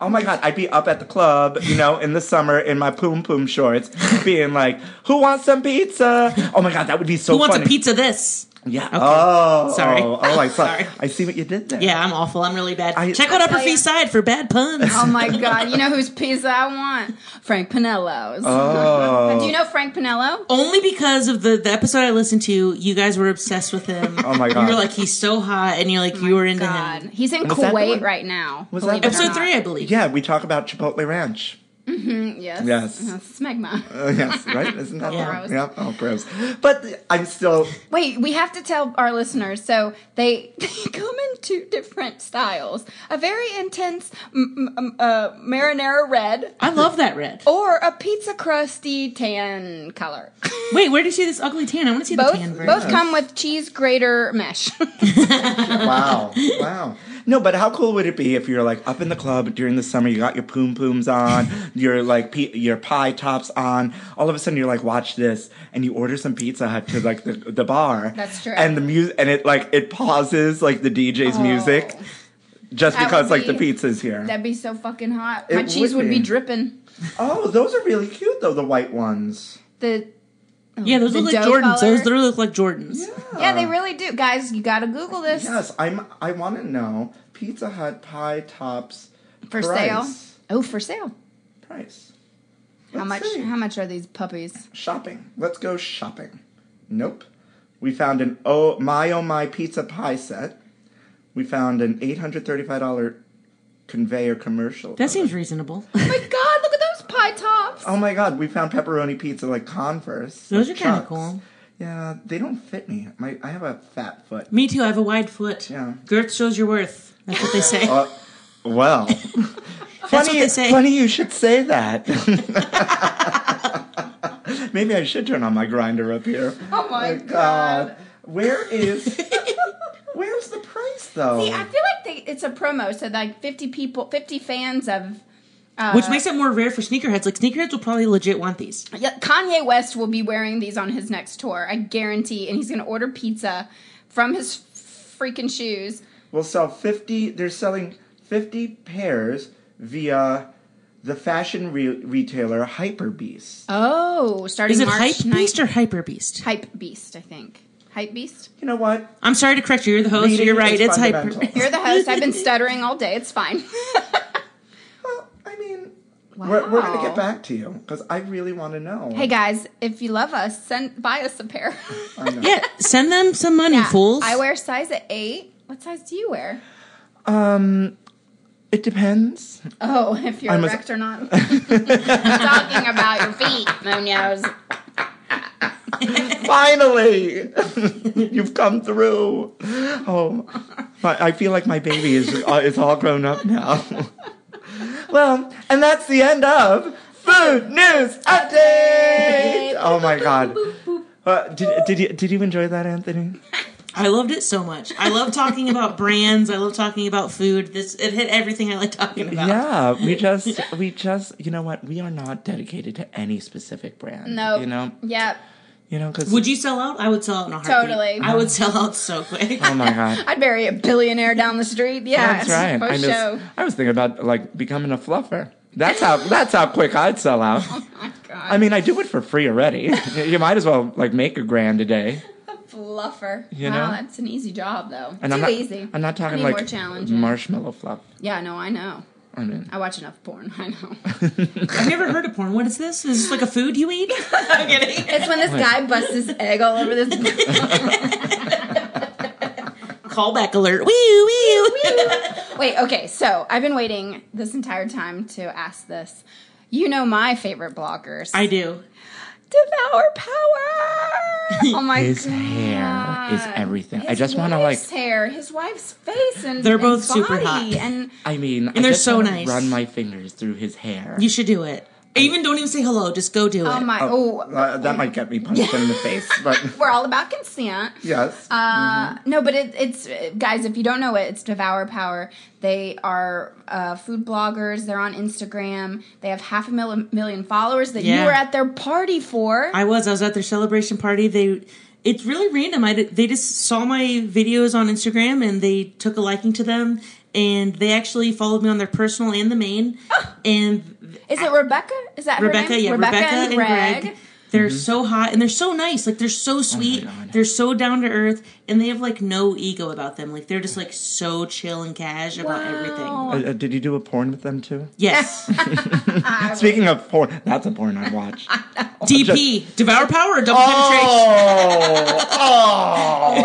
S2: Oh my god, I'd be up at the club, you know, in the summer in my poom poom shorts, being like, "Who wants some pizza?" Oh my god, that would be so
S3: who wants
S2: funny.
S3: a pizza? This.
S2: Yeah. Oh,
S3: Sorry.
S2: Oh, I saw.
S3: Sorry.
S2: I see what you did there.
S3: Yeah, I'm awful. I'm really bad.
S2: I-
S3: Check out Upper
S1: tell ya.
S3: East Side for bad puns.
S1: Oh my god, you know whose pizza I want? Frank Pinello's.
S2: Oh.
S1: Do you know Frank Pinello?
S3: Only because of the, the episode I listened to, you guys were obsessed with him.
S2: Oh my God.
S3: You were like, he's so hot, and you're like, you were into
S1: Oh God,
S3: him.
S1: he's in
S2: Was that the
S1: Kuwait
S2: one-
S1: right now.
S2: Was
S1: believe
S2: that-
S1: it or
S3: Episode
S1: not.
S3: three, I believe.
S2: Yeah, we talk about Chipotle Ranch.
S1: Yes.
S2: Yes.
S1: Uh, Smegma.
S2: Uh, yes, right? Isn't that
S3: Yeah.
S2: yeah.
S1: Gross.
S2: yeah? Oh, gross. But I'm still.
S1: Wait, we have to tell our listeners. So they, they come in two different styles: a very intense m- m- uh, marinara red,
S3: I love that red.
S1: or a pizza crusty tan color.
S3: Wait, where did you see this ugly tan? I want to see the
S1: Both
S3: tan version.
S1: both come with cheese grater mesh.
S2: Wow. wow. No, but how cool would it be if you're like up in the club during the summer, you got your poom pooms on, your like pe- your pie tops on. All of a sudden, you're like, watch this, and you order some Pizza Hut to like the, the bar.
S1: That's true. Oh.
S2: And the music, and it like it pauses like the DJ's music just
S1: That
S2: because
S1: would
S2: like the
S1: be-
S2: pizza's here.
S1: That'd be so fucking hot.
S2: It
S1: My cheese
S2: would
S1: would be,
S2: be.
S1: dripping.
S2: oh, those are really cute though. The white ones.
S1: The
S3: Yeah, those
S1: The
S3: look like
S1: dough
S3: Jordans.
S1: color.
S3: Those literally look like Jordans.
S1: yeah, they really do, guys. You gotta Google this
S2: Oh, Uh, Yes, I'm. I want to know Pizza Hut pie tops
S1: for
S2: price.
S1: sale. Oh, for sale.
S2: Price.
S1: How
S2: Let's
S1: much?
S2: see.
S1: How much are these puppies?
S2: Shopping. Let's go shopping. Nope. We found an oh my oh my pizza pie set. We found an eight hundred thirty five dollar conveyor commercial.
S3: That seems reasonable.
S1: Oh my God! Look at those pie tops.
S2: oh my god, we found pepperoni pizza like Converse.
S3: Those
S2: like
S3: are kinda
S2: Chucks.
S3: cool.
S2: Yeah, they don't fit me. My I have a fat foot.
S3: Me too. I have a wide foot.
S2: Yeah.
S3: Girth shows your worth. That's what they say.
S2: Uh, well.
S3: That's what
S2: funny,
S3: they say.
S2: funny you should say that. Maybe I should turn on my grinder up here.
S1: Oh my
S2: Like, uh,
S1: God.
S2: where is where's the price though?
S1: See, I feel like they, it's a promo, so like fifty people, fifty fans of Uh,
S3: Which makes it more rare for sneakerheads. Like, sneakerheads will probably legit want these.
S1: Yeah, Kanye West will be wearing these on his next tour, I guarantee, and he's gonna order pizza from his freaking shoes.
S2: will sell 50 they're selling 50 pairs via the fashion re- retailer Hyperbeast.
S1: Oh, starting
S3: Is it
S1: March
S3: Hype
S1: 9th.
S3: Beast or Hyper Beast?
S1: Hype Beast, I think. Hype Beast?
S2: You know what?
S3: I'm sorry to correct you. You're the host.
S2: Reading
S3: You're right.
S2: is
S3: It's Hyper.
S2: fundamental.
S1: You're the host. I've been stuttering all day. It's fine.
S2: Well, I mean, we're, we're going to get back to you because I really want to know.
S1: hey guys, if you love us, send buy us a pair.
S2: I know.
S3: Yeah, send them some money,
S1: Yeah.
S3: fools.
S1: I wear size at eight. What size do you wear?
S2: Um, it depends.
S1: Oh, if you're
S2: I'm a-
S1: erect or not. Talking about your feet, Munoz.
S2: Finally, you've come through. Oh, I I feel like my baby is uh, is all grown up now. well, and that's the end of food news update. Oh my god. Uh, did, did you did you enjoy that, Anthony?
S3: I loved it so much. I love talking about brands. I love talking about food. This it hit everything I like talking about.
S2: Yeah, we just we just you know what we are not dedicated to any specific brand.
S1: No.
S2: you know,
S1: Yep.
S2: you know because
S3: Would you sell out? I would sell out in a heartbeat.
S1: Totally.
S3: I would sell out so quick.
S2: oh my god,
S1: I'd bury a billionaire down the street. Yeah,
S2: That's right.
S1: for
S2: I, miss-
S1: show.
S2: I was thinking about like becoming a fluffer. That's how that's how quick I'd sell out. I mean, I do it for free already. you might as well like make a grand a day.
S1: Fluffer.
S2: You
S1: wow,
S2: know?
S1: that's an easy job though.
S2: And
S1: Too
S2: I'm not
S1: easy.
S2: I'm not talking
S1: I need more
S2: like
S1: challenging.
S2: marshmallow fluff.
S1: yeah, no, I know.
S2: I mean,
S1: I watch enough porn. I know.
S3: I've never heard of porn. What is this? Is this like a food you eat? I'm kidding.
S1: It's when this guy busts his egg all over this.
S3: Callback alert. Wee wee wee.
S1: Wait, okay, so I've been waiting this entire time to ask this. You know my favorite bloggers.
S3: I do.
S1: Devour Power! Oh my
S2: his
S1: god.
S2: hair is everything. I
S1: His
S2: just want to like.
S1: wife's hair, his wife's face, and
S3: They're
S1: and
S3: both super
S1: body,
S3: hot.
S1: And
S2: I mean, I
S3: they're
S2: just
S3: so
S2: wanna
S3: nice.
S2: Run my fingers through his hair.
S3: You should do it. Even don't even say hello. Just go do it.
S1: oh my, oh,
S2: Uh, that might get me punched in the face, but
S1: we're all about consent.
S2: yes.
S1: Uh, no, but it, it's guys. If you don't know it, it's Devour Power. They are uh, food bloggers. They're on Instagram. They have half a mil- million followers that you
S3: Yeah.
S1: were at their party for.
S3: I was. I was at their celebration party. They, it's really random. I did- they just saw my videos on Instagram and they took a liking to them, and they actually followed me on their personal and the main. and
S1: Is it Rebecca? Is that
S3: Rebecca,
S1: her name?
S3: yeah, Oh. Rebecca, and Greg. They're so hot and they're so nice. Like they're so sweet.
S2: God.
S3: they're so down to earth, and they have like no ego about them. Like they're just like so chill and cash about
S1: Oh,
S3: everything.
S2: Uh, uh, did you do a porn with them too?
S3: Yes,
S2: Speaking of porn, that's a porn I watch.
S3: DP, devour power or double penetration.
S2: Oh,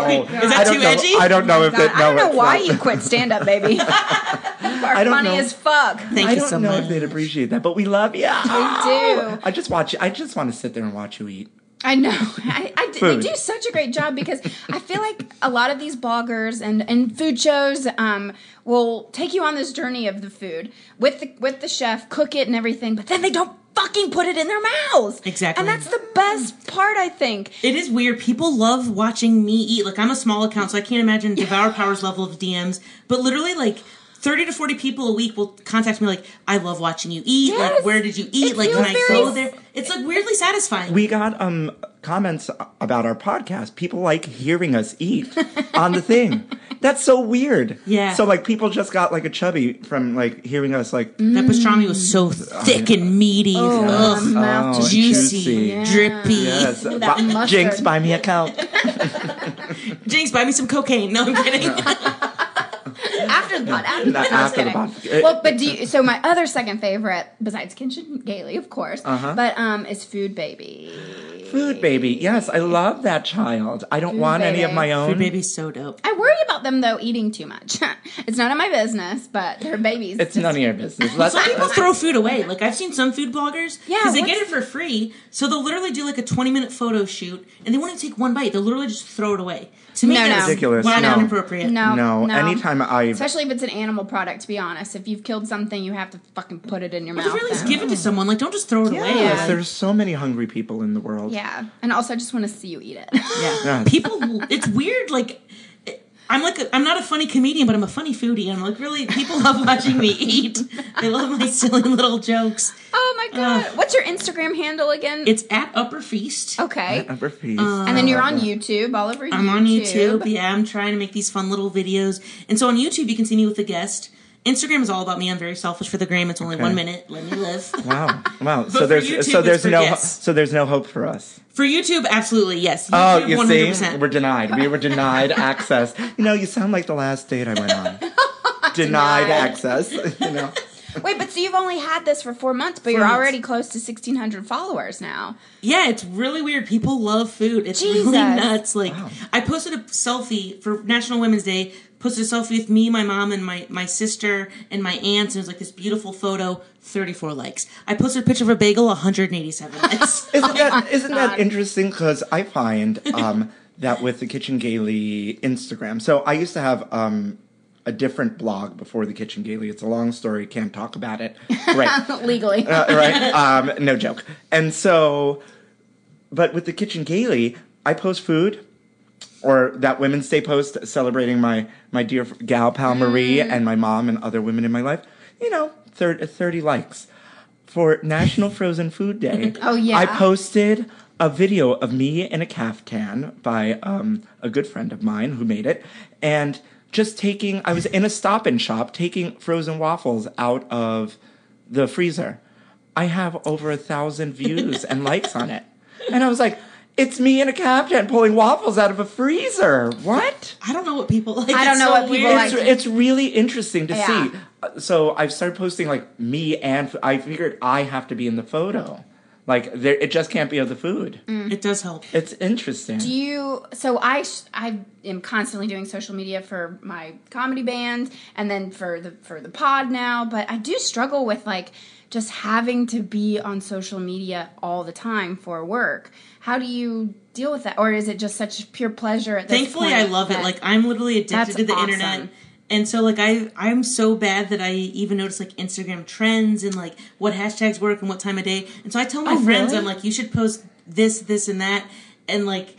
S2: oh.
S3: Is that
S2: I don't
S3: too
S2: know-
S3: edgy?
S2: I don't know if they
S1: Oh God,
S2: know.
S1: I don't know
S2: it's
S1: why
S2: not.
S1: you quit stand up, baby. you are
S2: don't
S1: funny
S2: know.
S1: as fuck.
S3: Thank
S2: I
S3: you
S2: don't
S3: so
S2: know
S3: much.
S2: if they'd appreciate that, but we love you.
S1: I do.
S2: I just watch. I just want to sit there and watch you eat.
S1: I know. I, I, they
S2: Food.
S1: do such a great job because I feel like a lot of these bloggers and, and food shows um, will take you on this journey of the food with the with the chef, cook it and everything, but then they don't fucking put it in their mouths.
S3: Exactly.
S1: And that's the best part, I think.
S3: It is weird. People love watching me eat. Like I'm a small account, so I can't imagine Devour Power's level of DMs. But literally, like thirty to forty people a week will contact me. Like I love watching you eat.
S1: Yes.
S3: Like where did you eat?
S1: It
S3: like can
S1: feels
S3: I
S1: very
S3: go
S1: s-
S3: there? It's like weirdly satisfying.
S2: We got um comments about our podcast. People like hearing us eat on the thing. That's so weird.
S3: Yeah.
S2: So like people just got like a chubby from like hearing us like
S1: Mm.
S3: that pastrami was so thick and meaty,
S1: Oh,
S3: Ugh.
S1: my mouth
S2: oh,
S1: just-
S3: juicy,
S2: juicy.
S3: drippy.
S2: yes.
S1: That
S2: Ba-
S1: mustard.
S2: Jinx, buy me a cow.
S3: Jinx, buy me some cocaine. No, I'm kidding.
S1: after the pod. After, the
S2: Not
S1: pod,
S2: after the
S1: okay.
S2: pod.
S1: Well, but do you, so my other second favorite, besides Kitchen Gailey, of course,
S2: Uh-huh.
S1: but um, is Food Baby.
S2: Food baby. Yes, I love that child. I don't want any of
S1: baby.
S2: my own.
S3: Your baby's so dope.
S1: I worry about them though eating too much. it's none of my business, but they're babies.
S2: It's none of your business. Let's,
S3: Some people throw food away. Like I've seen some food bloggers,
S1: Yeah,
S3: because they get
S1: what's-
S3: it for free, so they'll literally do like a twenty-minute photo shoot, and they won't even take one bite. They'll literally just throw it away. To me,
S1: No,
S3: that's
S1: no.
S2: Ridiculous,
S3: Wild
S2: no.
S3: and inappropriate.
S1: no,
S2: no, anytime I
S1: Especially if it's an animal product, to be honest. If you've killed something, you have to fucking put it in your mouth.
S3: Just really just
S1: then.
S3: give it to someone. Like, don't just throw it away.
S2: Yes,
S1: Yeah.
S2: there's so many hungry people in the world.
S1: yeah. And also, I just want to see you eat it.
S3: Yeah.
S2: Yeah.
S3: People, it's weird. Like, it- I'm like a, I'm not a funny comedian, but I'm a funny foodie. I'm like really people love watching me eat. They love my silly little jokes.
S1: Oh my god! What's your Instagram handle again?
S3: It's at Upper Feast.
S1: okay.
S2: Upper feast. Uh,
S1: and then you're on YouTube, all over YouTube.
S3: I'm on YouTube. Yeah, I'm trying to make these fun little videos. And so on YouTube, you can see me with a guest. Instagram is all about me. I'm very selfish for the gram. It's only one minute. Let me live.
S2: Wow, wow.
S3: for
S2: so there's
S3: YouTube,
S2: so
S3: it's
S2: there's
S3: for
S2: no
S3: yes.
S2: so there's no hope for us.
S3: for YouTube, absolutely yes.
S2: Oh,
S3: YouTube,
S2: you
S3: 100%.
S2: see, we're denied. We were denied access. You know, you sound like the last date I went on. denied, access. You know.
S1: Wait, but so you've only had this for four months, but you you're
S3: months.
S1: already close to 1,600 followers now.
S3: Yeah, it's really weird. People love food. It's
S1: Jesus.
S3: really nuts. Like I posted a selfie for National Women's Day. Posted a selfie with me, my mom, and my my sister and my aunts. And it was like this beautiful photo. Thirty four likes. I posted a picture of a bagel. One hundred and eighty seven likes.
S2: Isn't that isn't that interesting? Because I find um, that with the Kitchen Gaily Instagram. So I used to have um, a different blog before the Kitchen Gaily. It's a long story. Can't talk about it. Right.
S1: Legally.
S2: Uh, right? Um, no joke. And so, but with the Kitchen Gaily, I post food, or that Women's Day post celebrating my my dear gal pal Marie and my mom and other women in my life. You know, thir- 30 likes for National Frozen Food Day.
S1: Oh, yeah.
S2: I posted a video of me in a caftan by um, a good friend of mine who made it, and just taking. I was in a Stop and Shop taking frozen waffles out of the freezer. I have over a thousand views and likes on it, and I was like. It's me in a caftan pulling waffles out of a freezer. What?
S3: I don't know what people like.
S1: I don't
S3: It's
S1: know
S3: so
S1: what people
S3: weird.
S1: like.
S2: it's, it's really interesting to
S1: Yeah.
S2: see. Uh, So I've started posting like me and I figured I have to be in the photo. Like there, it just can't be of the food.
S3: It does help.
S2: It's interesting.
S1: Mm. Do you so I sh- I am constantly doing social media for my comedy band and then for the for the pod now, but I do struggle with like just having to be on social media all the time for work. How do you deal with that, or is it just such pure pleasure? At this
S3: Thankfully,
S1: point
S3: I love it.
S1: that-
S3: Like I'm literally addicted
S1: That's
S3: to the
S1: awesome.
S3: internet. And so like I I'm so bad that I even notice like Instagram trends and like what hashtags work and what time of day. And so I tell my friends
S1: Oh, really?
S3: I'm like you should post this this and that and like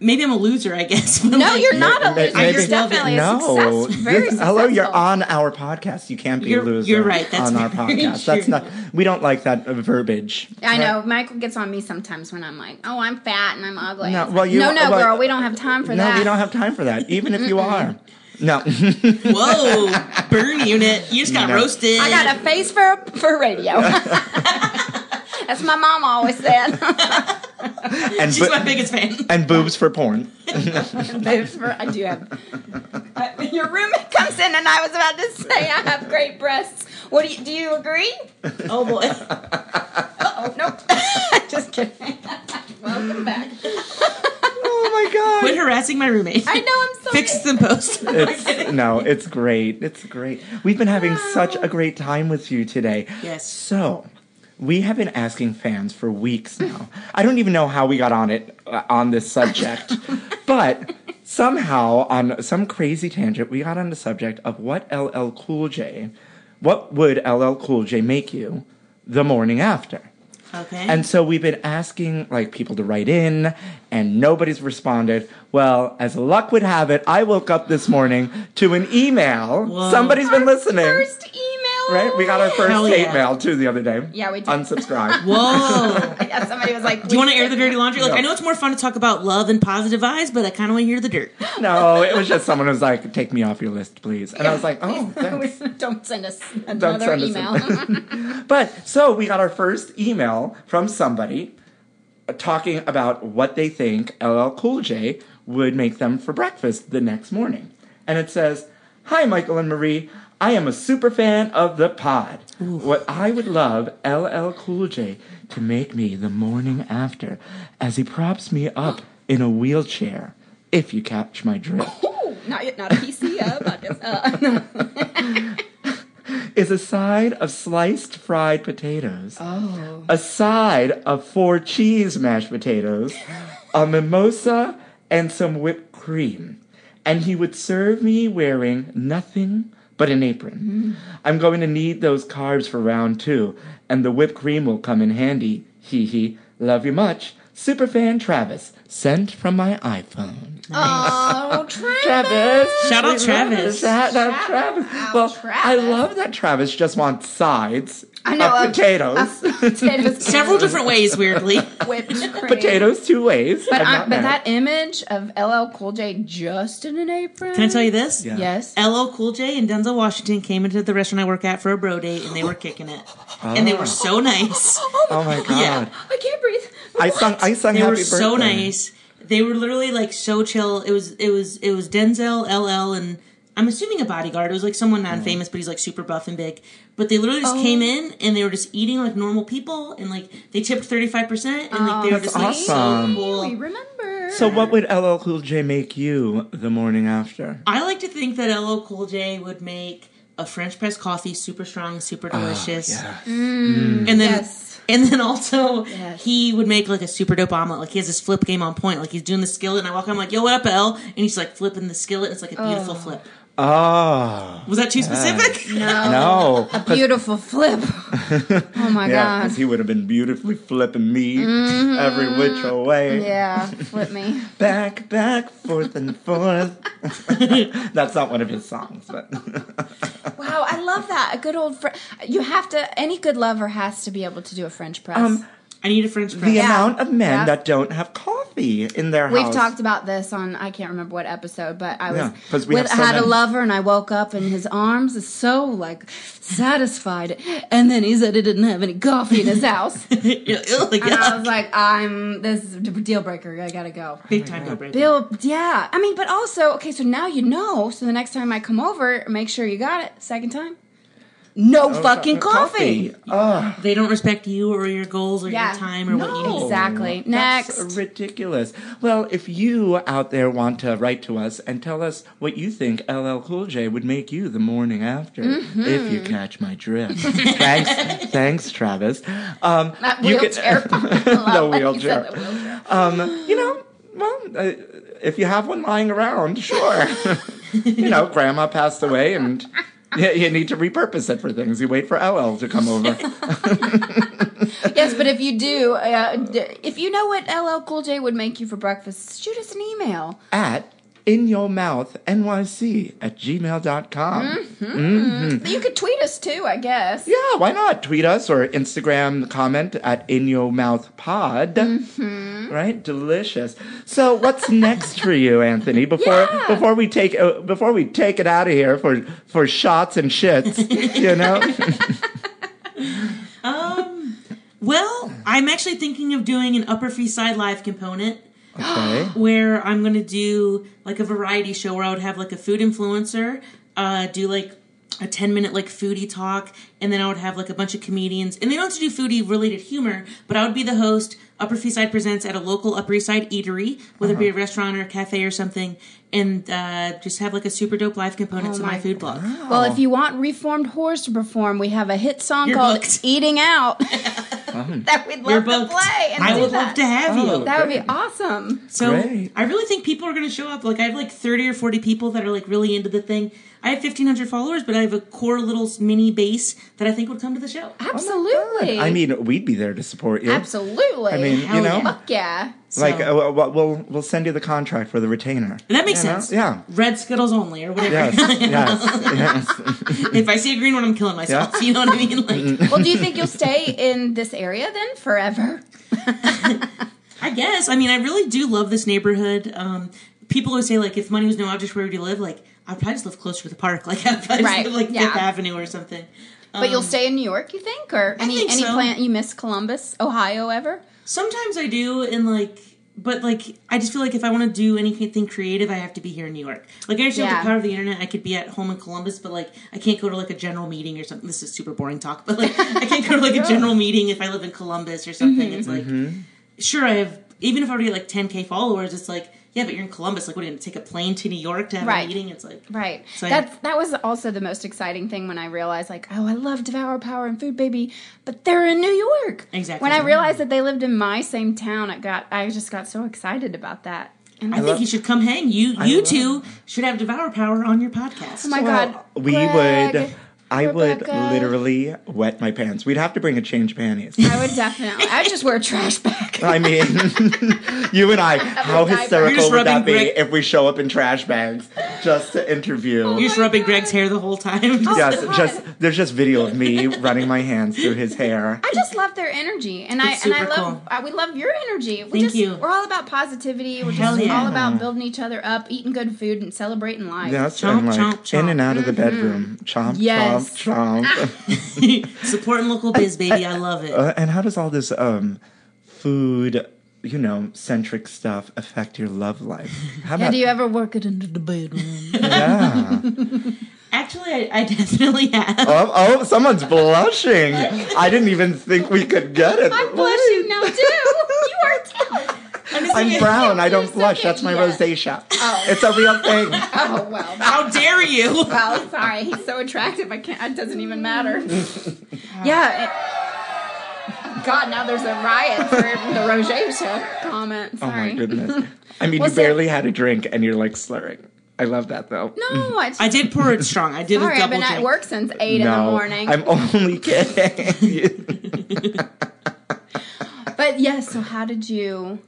S3: maybe I'm a loser I guess. But,
S1: no,
S3: like,
S1: you're not a
S2: Ma-
S1: loser.
S2: maybe-
S1: You're definitely a
S2: no.
S1: success. Very
S2: This- hello, you're
S1: successful.
S2: on our podcast. You can't be
S3: You're-
S2: a loser.
S3: you're right. That's
S2: on our
S3: very
S2: podcast.
S3: true.
S2: That's not. We don't like that uh, verbiage.
S1: I know Michael gets on me sometimes when I'm like, "Oh, I'm fat and I'm ugly."
S2: No,
S1: It's
S2: well,
S1: like,
S2: you-
S1: no, no,
S2: well,
S1: girl, we don't have time for
S2: no,
S1: that.
S2: we don't have time for that. Even if you are, no.
S3: Whoa, burn unit. You just got
S2: No.
S3: roasted.
S1: I got a face for for radio. That's my mom always said.
S2: and
S3: She's
S2: bo-
S3: my biggest fan.
S2: and boobs for porn.
S1: Those for- I do have. Uh, your roommate comes in, and I was about to say I have great breasts. What do you do? You agree?
S3: Oh boy.
S1: Oh nope. Just kidding. Welcome back.
S2: Oh my god.
S3: Quit harassing my roommate.
S1: I know I'm so.
S3: Fix them post.
S2: It's, no, it's great. It's great. We've been having such a great time with you today.
S3: Yes.
S2: So, we have been asking fans for weeks now. I don't even know how we got on it uh, on this subject, but somehow on some crazy tangent, we got on the subject of what LL Cool J, what would LL Cool J make you the morning after?
S3: okay.
S2: And so we've been asking like people to write in, and nobody's responded. Well, as luck would have it, I woke up this morning to an email.
S3: Whoa.
S2: Somebody's been listening,
S1: First email.
S2: right? We got our first
S3: Hell
S2: hate
S3: yeah.
S2: mail too the other day.
S1: Yeah, we did.
S2: Unsubscribe.
S3: Whoa.
S1: Yeah, somebody was like,
S3: Do you want to air the dirty laundry? Like,
S2: No.
S3: I know it's more fun to talk about love and positive eyes, but I kind of want to hear the dirt.
S2: no, it was just someone who was like, "Take me off your list, please," and I was like, "Oh, thanks."
S1: Don't send us
S2: Don't
S1: another
S2: send us
S1: email.
S2: But so we got our first email from somebody uh, talking about what they think LL Cool J would make them for breakfast the next morning. And it says, Hi, Michael and Marie. I am a super fan of the pod. What I would love LL Cool J to make me the morning after as he props me up in a wheelchair, if you catch my drift.
S1: Ooh, not yet, not a PC up. I just, uh,
S2: is a side of sliced fried potatoes, a side of four cheese mashed potatoes, a mimosa, and some whipped cream. And he would serve me wearing nothing but an apron. I'm going to need those carbs for round two, and the whipped cream will come in handy. Hee hee. Love you much. Superfan Travis, sent from my iPhone.
S1: Oh, Travis.
S2: Travis!
S3: Shout out
S2: We love
S3: Travis.
S2: Shout out Travis. Well, I
S1: Travis.
S2: love that Travis just wants sides.
S1: I know,
S2: of
S1: uh,
S2: potatoes.
S1: potatoes.
S3: Several different ways, weirdly.
S1: whipped cream.
S2: potatoes two ways.
S1: But,
S2: I'm
S1: I,
S2: not
S1: but
S2: mad.
S1: that image of LL Cool J just in an apron.
S3: Can I tell you this?
S2: Yeah.
S1: Yes.
S3: LL Cool J and Denzel Washington came into the restaurant I work at for a bro date, and they were kicking it, and they were so nice.
S2: Oh my god.
S3: Yeah.
S1: I can't breathe.
S2: I sung I sung
S3: They
S2: happy
S3: were
S2: birthday.
S3: so nice. They were literally like so chill. It was it was it was Denzel, LL, and I'm assuming a bodyguard. It was like someone non-famous, but he's like super buff and big. But they literally
S2: Oh.
S3: just came in and they were just eating like normal people, and like they tipped 35 percent, and like they were
S2: Oh, That's
S3: just like
S2: awesome.
S3: so
S1: We
S3: cool.
S1: remember.
S2: So what would LL Cool J make you the morning after?
S3: I like to think that LL Cool J would make a French press coffee, super strong, super delicious. and then
S1: Yes.
S3: and then also
S1: Yes.
S3: he would make like a super dope omelet. Like he has this flip game on point. Like he's doing the skillet, and I walk. in, I'm like, "Yo, what up, L?" And he's like flipping the skillet. It's like a beautiful flip.
S2: Oh
S3: Was that too specific?
S2: no.
S1: beautiful flip. Oh my
S2: Yeah,
S1: Oh god. Mm-hmm.
S2: because he would have been beautifully flipping me every which way.
S1: Yeah, flip me.
S2: Back, back, forth and forth. That's not one of his songs, but
S1: Wow, I love that. A good old French. You have to. Any good lover has to be able to do a French press.
S2: um,
S3: I need a French press.
S2: the amount of men
S1: Yeah.
S2: that don't have coffee in their
S1: We've
S2: house.
S1: talked about this on I can't remember what episode, but I was
S2: Yeah, 'cause we have
S1: with-
S2: so
S1: had a
S2: many.
S1: lover and I woke up and his arms is so like satisfied, and then he said he didn't have any coffee in his house, and
S3: Like,
S1: I
S3: yeah.
S1: was like, I'm this is a deal breaker. I gotta go.
S3: Big time go break.
S1: Bill, yeah, I mean, but also okay. So now you know. So the next time I come over, make sure you got it. Second time, no fucking coffee.
S2: Oh,
S3: They don't respect you or your goals or
S1: Yeah.
S3: your time or what you
S1: No.
S3: need.
S1: Exactly.
S2: that's
S1: Next.
S2: ridiculous. Well, if you out there want to write to us and tell us what you think LL Cool J would make you the morning after,
S1: Mm-hmm.
S2: if you catch my drift. thanks, thanks, Travis. Um,
S1: That
S2: you can-
S1: wheelchair.
S2: the
S1: Like you
S2: wheelchair.
S1: said, the wheelchair.
S2: Um, you know, well, uh, if you have one lying around, sure. you know, grandma passed away and. You, you need to repurpose it for things. You wait for LL to come over.
S1: Yes, but if you do, uh, d- if you know what LL Cool J would make you for breakfast, shoot us an email.
S2: at in your mouth nyc at gmail.com
S1: You could tweet us too, I guess.
S2: yeah why not tweet us or instagram comment at in your mouth pod right delicious so what's next for you anthony before
S1: Yeah.
S2: before we take uh, before we take it out of here for for shots and shits you know
S3: Um. Well, I'm actually thinking of doing an Upper East Side live component.
S2: okay
S3: where I'm gonna do like a variety show where I would have like a food influencer, uh, do like a 10 minute like foodie talk, and then I would have like a bunch of comedians, and they don't have to do foodie related humor, but I would be the host. Upper East Side presents at a local Upper East Side eatery, whether
S1: Uh-huh.
S3: it be a restaurant or a cafe or something, and uh, just have like a super dope live component to my,
S1: Oh my
S3: food blog.
S1: Well, if you want Reformed Whores to perform, we have a hit song
S3: You're
S1: called
S3: booked.
S1: "Eating Out" that we'd
S3: You're
S1: love to
S3: booked.
S1: play. And
S3: I
S1: do
S3: would
S1: that.
S3: love to have
S2: Oh,
S3: you.
S1: That would be awesome.
S3: So
S2: Great.
S3: I really think people are going to show up. Like I have like thirty or forty people that are like really into the thing. I have fifteen hundred followers, but I have a core little mini base that I think would come to the show.
S1: Absolutely.
S2: i mean we'd be there to support you
S1: absolutely.
S2: i mean you
S3: Hell
S2: know
S3: yeah.
S1: fuck yeah.
S2: like
S3: So-
S2: uh, we'll, we'll we'll send you the contract for the retainer
S3: And that makes
S2: You know?
S3: sense.
S2: yeah
S3: Red Skittles only, or whatever.
S2: yes yes yes
S3: if I see a green one, I'm killing myself.
S2: Yeah.
S3: You know what I mean? Like,
S1: Well, do you think you'll stay in this area then forever?
S3: I guess. I mean, I really do love this neighborhood. Um, people always say like, if money was no object, where would you live? Like, I'd probably just live closer to the park. Like, I'd probably
S1: Right.
S3: just live like
S1: Yeah.
S3: Fifth Avenue or something.
S1: But you'll stay in New York, you think, or any
S3: think
S1: any
S3: so.
S1: plant you miss Columbus, Ohio ever?
S3: Sometimes I do, and like, but like, I just feel like if I want to do anything creative, I have to be here in New York. Like, I understand
S1: Yeah.
S3: with the power of the internet, I could be at home in Columbus, but like, I can't go to like a general meeting or something. This is super boring talk, but like, I can't go to like a general meeting if I live in Columbus or something.
S1: Mm-hmm.
S3: It's like, sure, I have, even if I were to get like 10K followers, it's like, yeah, but you're in Columbus. Like, what are you going to take a plane to New York to have
S1: Right.
S3: a meeting? It's like,
S1: Right.
S3: So I-
S1: That's that was also the most exciting thing when I realized like, oh, I love Devour Power and Food Baby, but they're in New York.
S3: Exactly.
S1: When I realized that they lived in my same town, I got I just got so excited about that. And
S3: I, think you should come hang. You you two should have Devour Power on your podcast.
S1: oh my
S2: Well,
S1: god.
S2: we
S1: Greg.
S2: would I would
S1: Rebecca.
S2: literally wet my pants. We'd have to bring a change of panties.
S1: I would definitely. I would just wear a trash bag.
S2: I mean, you and I, how
S1: diaper.
S3: You're
S2: hysterical
S3: just
S2: would that
S3: rubbing
S2: be
S3: Greg-
S2: if we show up in trash bags just to interview?
S3: You're just rubbing Greg's hair the whole time.
S1: Oh
S3: Just-
S2: yes,
S1: God.
S2: just there's just video of me running my hands through his hair.
S1: I just love their energy, and
S3: It's
S1: I and I
S3: super
S1: love
S3: cool.
S1: I, we love your energy. We
S3: Thank
S1: just,
S3: you.
S1: We're all about positivity. We're
S3: Hell
S1: just
S3: yeah.
S1: all about building each other up, eating good food, and celebrating life.
S2: Yes,
S3: Chomp,
S2: and like
S3: chomp, chomp.
S2: in and out of the bedroom, chomp,
S1: Mm-hmm. Yes.
S2: chomp, chomp.
S3: Supporting local biz, baby. I love it.
S2: Uh, and how does all this um, food, you know, centric stuff affect your love life? How
S4: Yeah,
S2: about
S4: do you ever work it into the bedroom?
S2: yeah?
S3: Actually, I, I definitely have.
S2: oh, oh, someone's blushing. I didn't even think we could get it.
S1: I'm blushing now too. you are too.
S2: I'm brown. I don't
S1: You're
S2: blush.
S1: second,
S2: That's my
S1: yeah.
S2: rosacea. It's a real thing.
S1: Oh well.
S3: How dare you?
S1: Well, sorry. He's so attractive. I can't. It doesn't even matter. yeah. it- God, now there's a riot for the Roger show comment.
S2: Oh my
S1: Sorry.
S2: goodness. I mean, you
S1: Was it-
S2: barely had a drink and you're like slurring. I love that though.
S1: No, Mm-hmm. I just,
S3: I did pour it strong. I did
S1: sorry.
S3: a
S1: I've
S3: double
S1: been
S3: drink.
S1: at work since eight in the morning.
S2: I'm only kidding.
S1: But yes, so how did you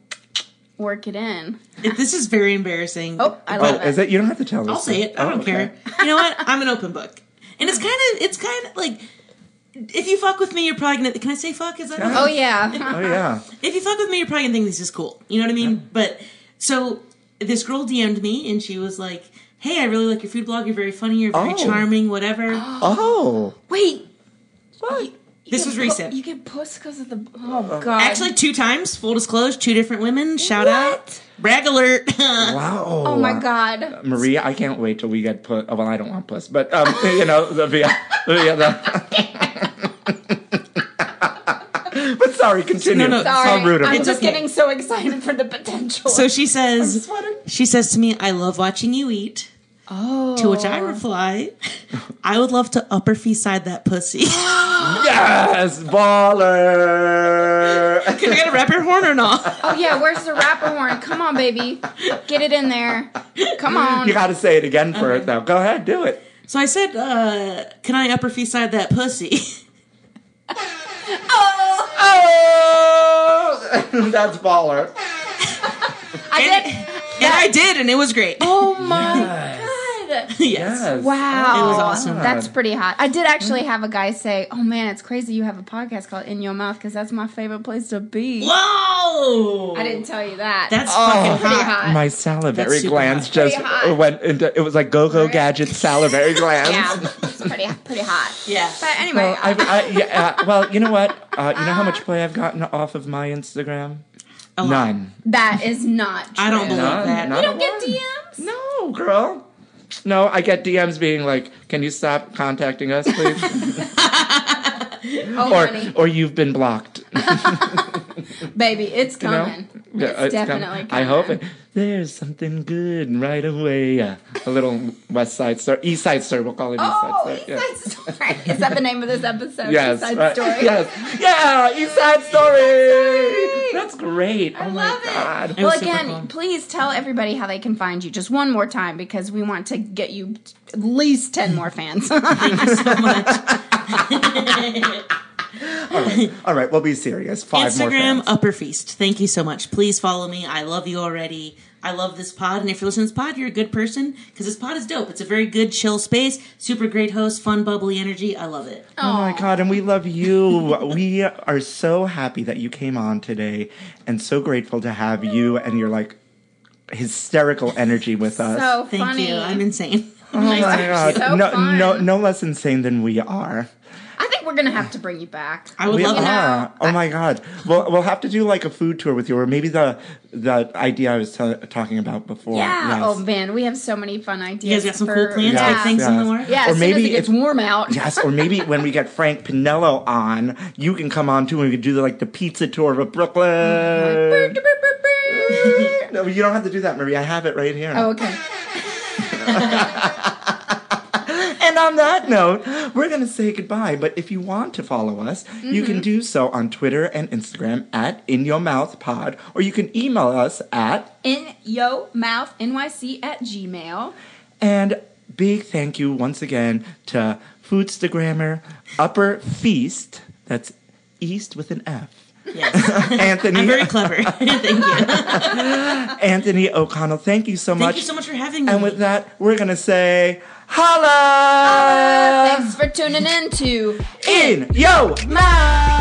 S1: work it in?
S3: If This is very embarrassing.
S1: Oh, I
S2: oh,
S1: love it.
S2: is it? You don't have to tell
S3: I'll
S2: us.
S3: say it. I
S2: Oh,
S3: don't
S2: okay.
S3: care. You know what? I'm an open book, and it's kind of it's kind of like if you fuck with me, you're probably gonna. Can I say fuck? Is that okay?
S1: Oh yeah.
S2: Oh yeah.
S3: if you fuck with me, you're probably gonna think this is cool. You know what I mean? But so this girl DM'd me and she was like, "Hey, I really like your food blog. You're very funny. You're very
S2: Oh.
S3: charming. Whatever."
S2: Oh.
S1: Wait.
S2: What?
S3: this was recent.
S1: You get puss because of the. Oh god.
S3: Actually, two times. Full disclosure, two different women. Shout out.
S1: What?
S3: Brag alert.
S2: Wow.
S1: Oh my god.
S2: Maria, I can't wait till we get put. Oh, well, I don't want puss, but um, you know, the, the, the, the But sorry, continue.
S3: No, no,
S2: How
S1: Sorry.
S2: rude of
S1: I'm
S2: us.
S1: just
S3: okay.
S1: getting so excited for the potential.
S3: so she says.
S2: sweating.
S3: She says to me, "I love watching you eat."
S1: oh.
S3: To which I reply, "I would love to upper fee side that pussy."
S2: Yes, baller.
S3: Can I get a rapper horn or not?
S1: Oh yeah, where's the rapper horn? Come on, baby, get it in there. Come on.
S2: You got to say it again for it though. Go ahead, do it.
S3: So I said, uh, "Can I upper fee side that pussy?"
S1: Oh,
S2: Oh, that's baller.
S1: I
S3: And,
S1: did.
S3: and I did, and it was great.
S1: Oh my god.
S3: yes.
S1: Wow, Mm-hmm.
S3: It was awesome.
S1: That's pretty hot. I did actually have a guy say, "Oh man, it's crazy you have a podcast called In Your Mouth because that's my favorite place to be."
S3: Whoa!
S1: I didn't tell you that.
S3: That's fucking
S1: pretty
S3: hot.
S1: hot.
S2: My salivary
S3: That's super
S2: glands
S3: hot.
S2: just
S1: Pretty hot.
S2: went into. It was like go-go gadget salivary glands.
S1: yeah, it's pretty pretty hot.
S3: Yeah.
S1: But anyway,
S2: Well,
S1: uh,
S2: I've, I, yeah, uh, well, you know what? Uh, you know how much play I've gotten off of my Instagram?
S1: Oh,
S3: A lot.
S2: None.
S1: that is not. True.
S3: I don't believe
S2: None.
S3: that.
S2: not
S1: You don't
S2: a
S1: get
S2: one.
S1: DMs.
S2: No, girl. No, I get DMs being like, "Can you stop contacting us, please?"
S1: Oh,
S2: or,
S1: honey,
S2: or you've been blocked. You
S1: baby, it's
S2: know?
S1: coming.
S2: Yeah,
S1: Oh, It's
S2: it's coming.
S1: definitely. Coming.
S2: I hope it. There's something good right away. Uh, a little West Side Story, East Side Story. We'll call it
S1: Oh, East
S2: East Side Story. yeah.
S1: Side Story. Is that the name of this episode?
S2: Yes,
S1: East Side
S2: right.
S1: Story.
S2: yes, yeah, East Side Story. That's great.
S1: I
S2: oh my
S1: love it.
S2: god.
S3: was
S1: Well,
S3: super
S1: again,
S3: cool.
S1: please tell everybody how they can find you just one more time because we want to get you at least 10 more fans.
S2: Oh All right, we'll be serious. Five more
S3: Instagram
S2: fans.
S3: Upper Feast. Thank you so much. Please follow me. I love you already. I love this pod, and if you're listening to this pod, you're a good person because this pod is dope. It's a very good, chill space. Super great host, fun, bubbly energy. I love it.
S2: Oh my god, and we love you. we are so happy that you came on today and so grateful to have you and your like hysterical energy with us.
S1: so
S3: Thank
S1: funny.
S3: you. I'm insane.
S2: oh my god.
S1: So
S2: no
S1: fun.
S2: no no less insane than we are.
S1: I think we're going to have to bring you back.
S3: I would
S2: We
S3: love that.
S2: are. Oh my god. We'll we'll have to do like a food tour with you or maybe the the idea I was t- talking about before.
S1: yeah.
S2: Yes.
S1: Oh, man. We have so many fun ideas.
S3: You guys got some
S1: for-
S3: cool plans,
S1: Yeah.
S3: big things in
S2: Yes.
S3: the works.
S1: Yeah,
S2: Or
S1: as soon as
S2: maybe
S1: it gets
S2: if-
S1: warm out.
S2: Yes, or maybe when we get Frank Pinello on, you can come on too, and we can do the, like the pizza tour of Brooklyn. no, you don't have to do that, Marie. I have it right here.
S1: Oh, okay.
S2: And on that note, we're going to say goodbye. But if you want to follow us, you can do so on Twitter and Instagram at In Your Mouth Pod, or you can email us at
S1: In yo mouth nyc at gmail.
S2: And big thank you once again to Food Foodstagrammer Upper Feast. That's East with an F.
S3: Yes. I'm
S2: Anthony
S3: very clever. Thank you.
S2: Anthony O'Connell, thank you so
S3: Thank
S2: much.
S3: you so much for having me.
S2: and with that, we're gonna say holla,
S1: Thanks for tuning in to
S2: in yo
S1: Mouth.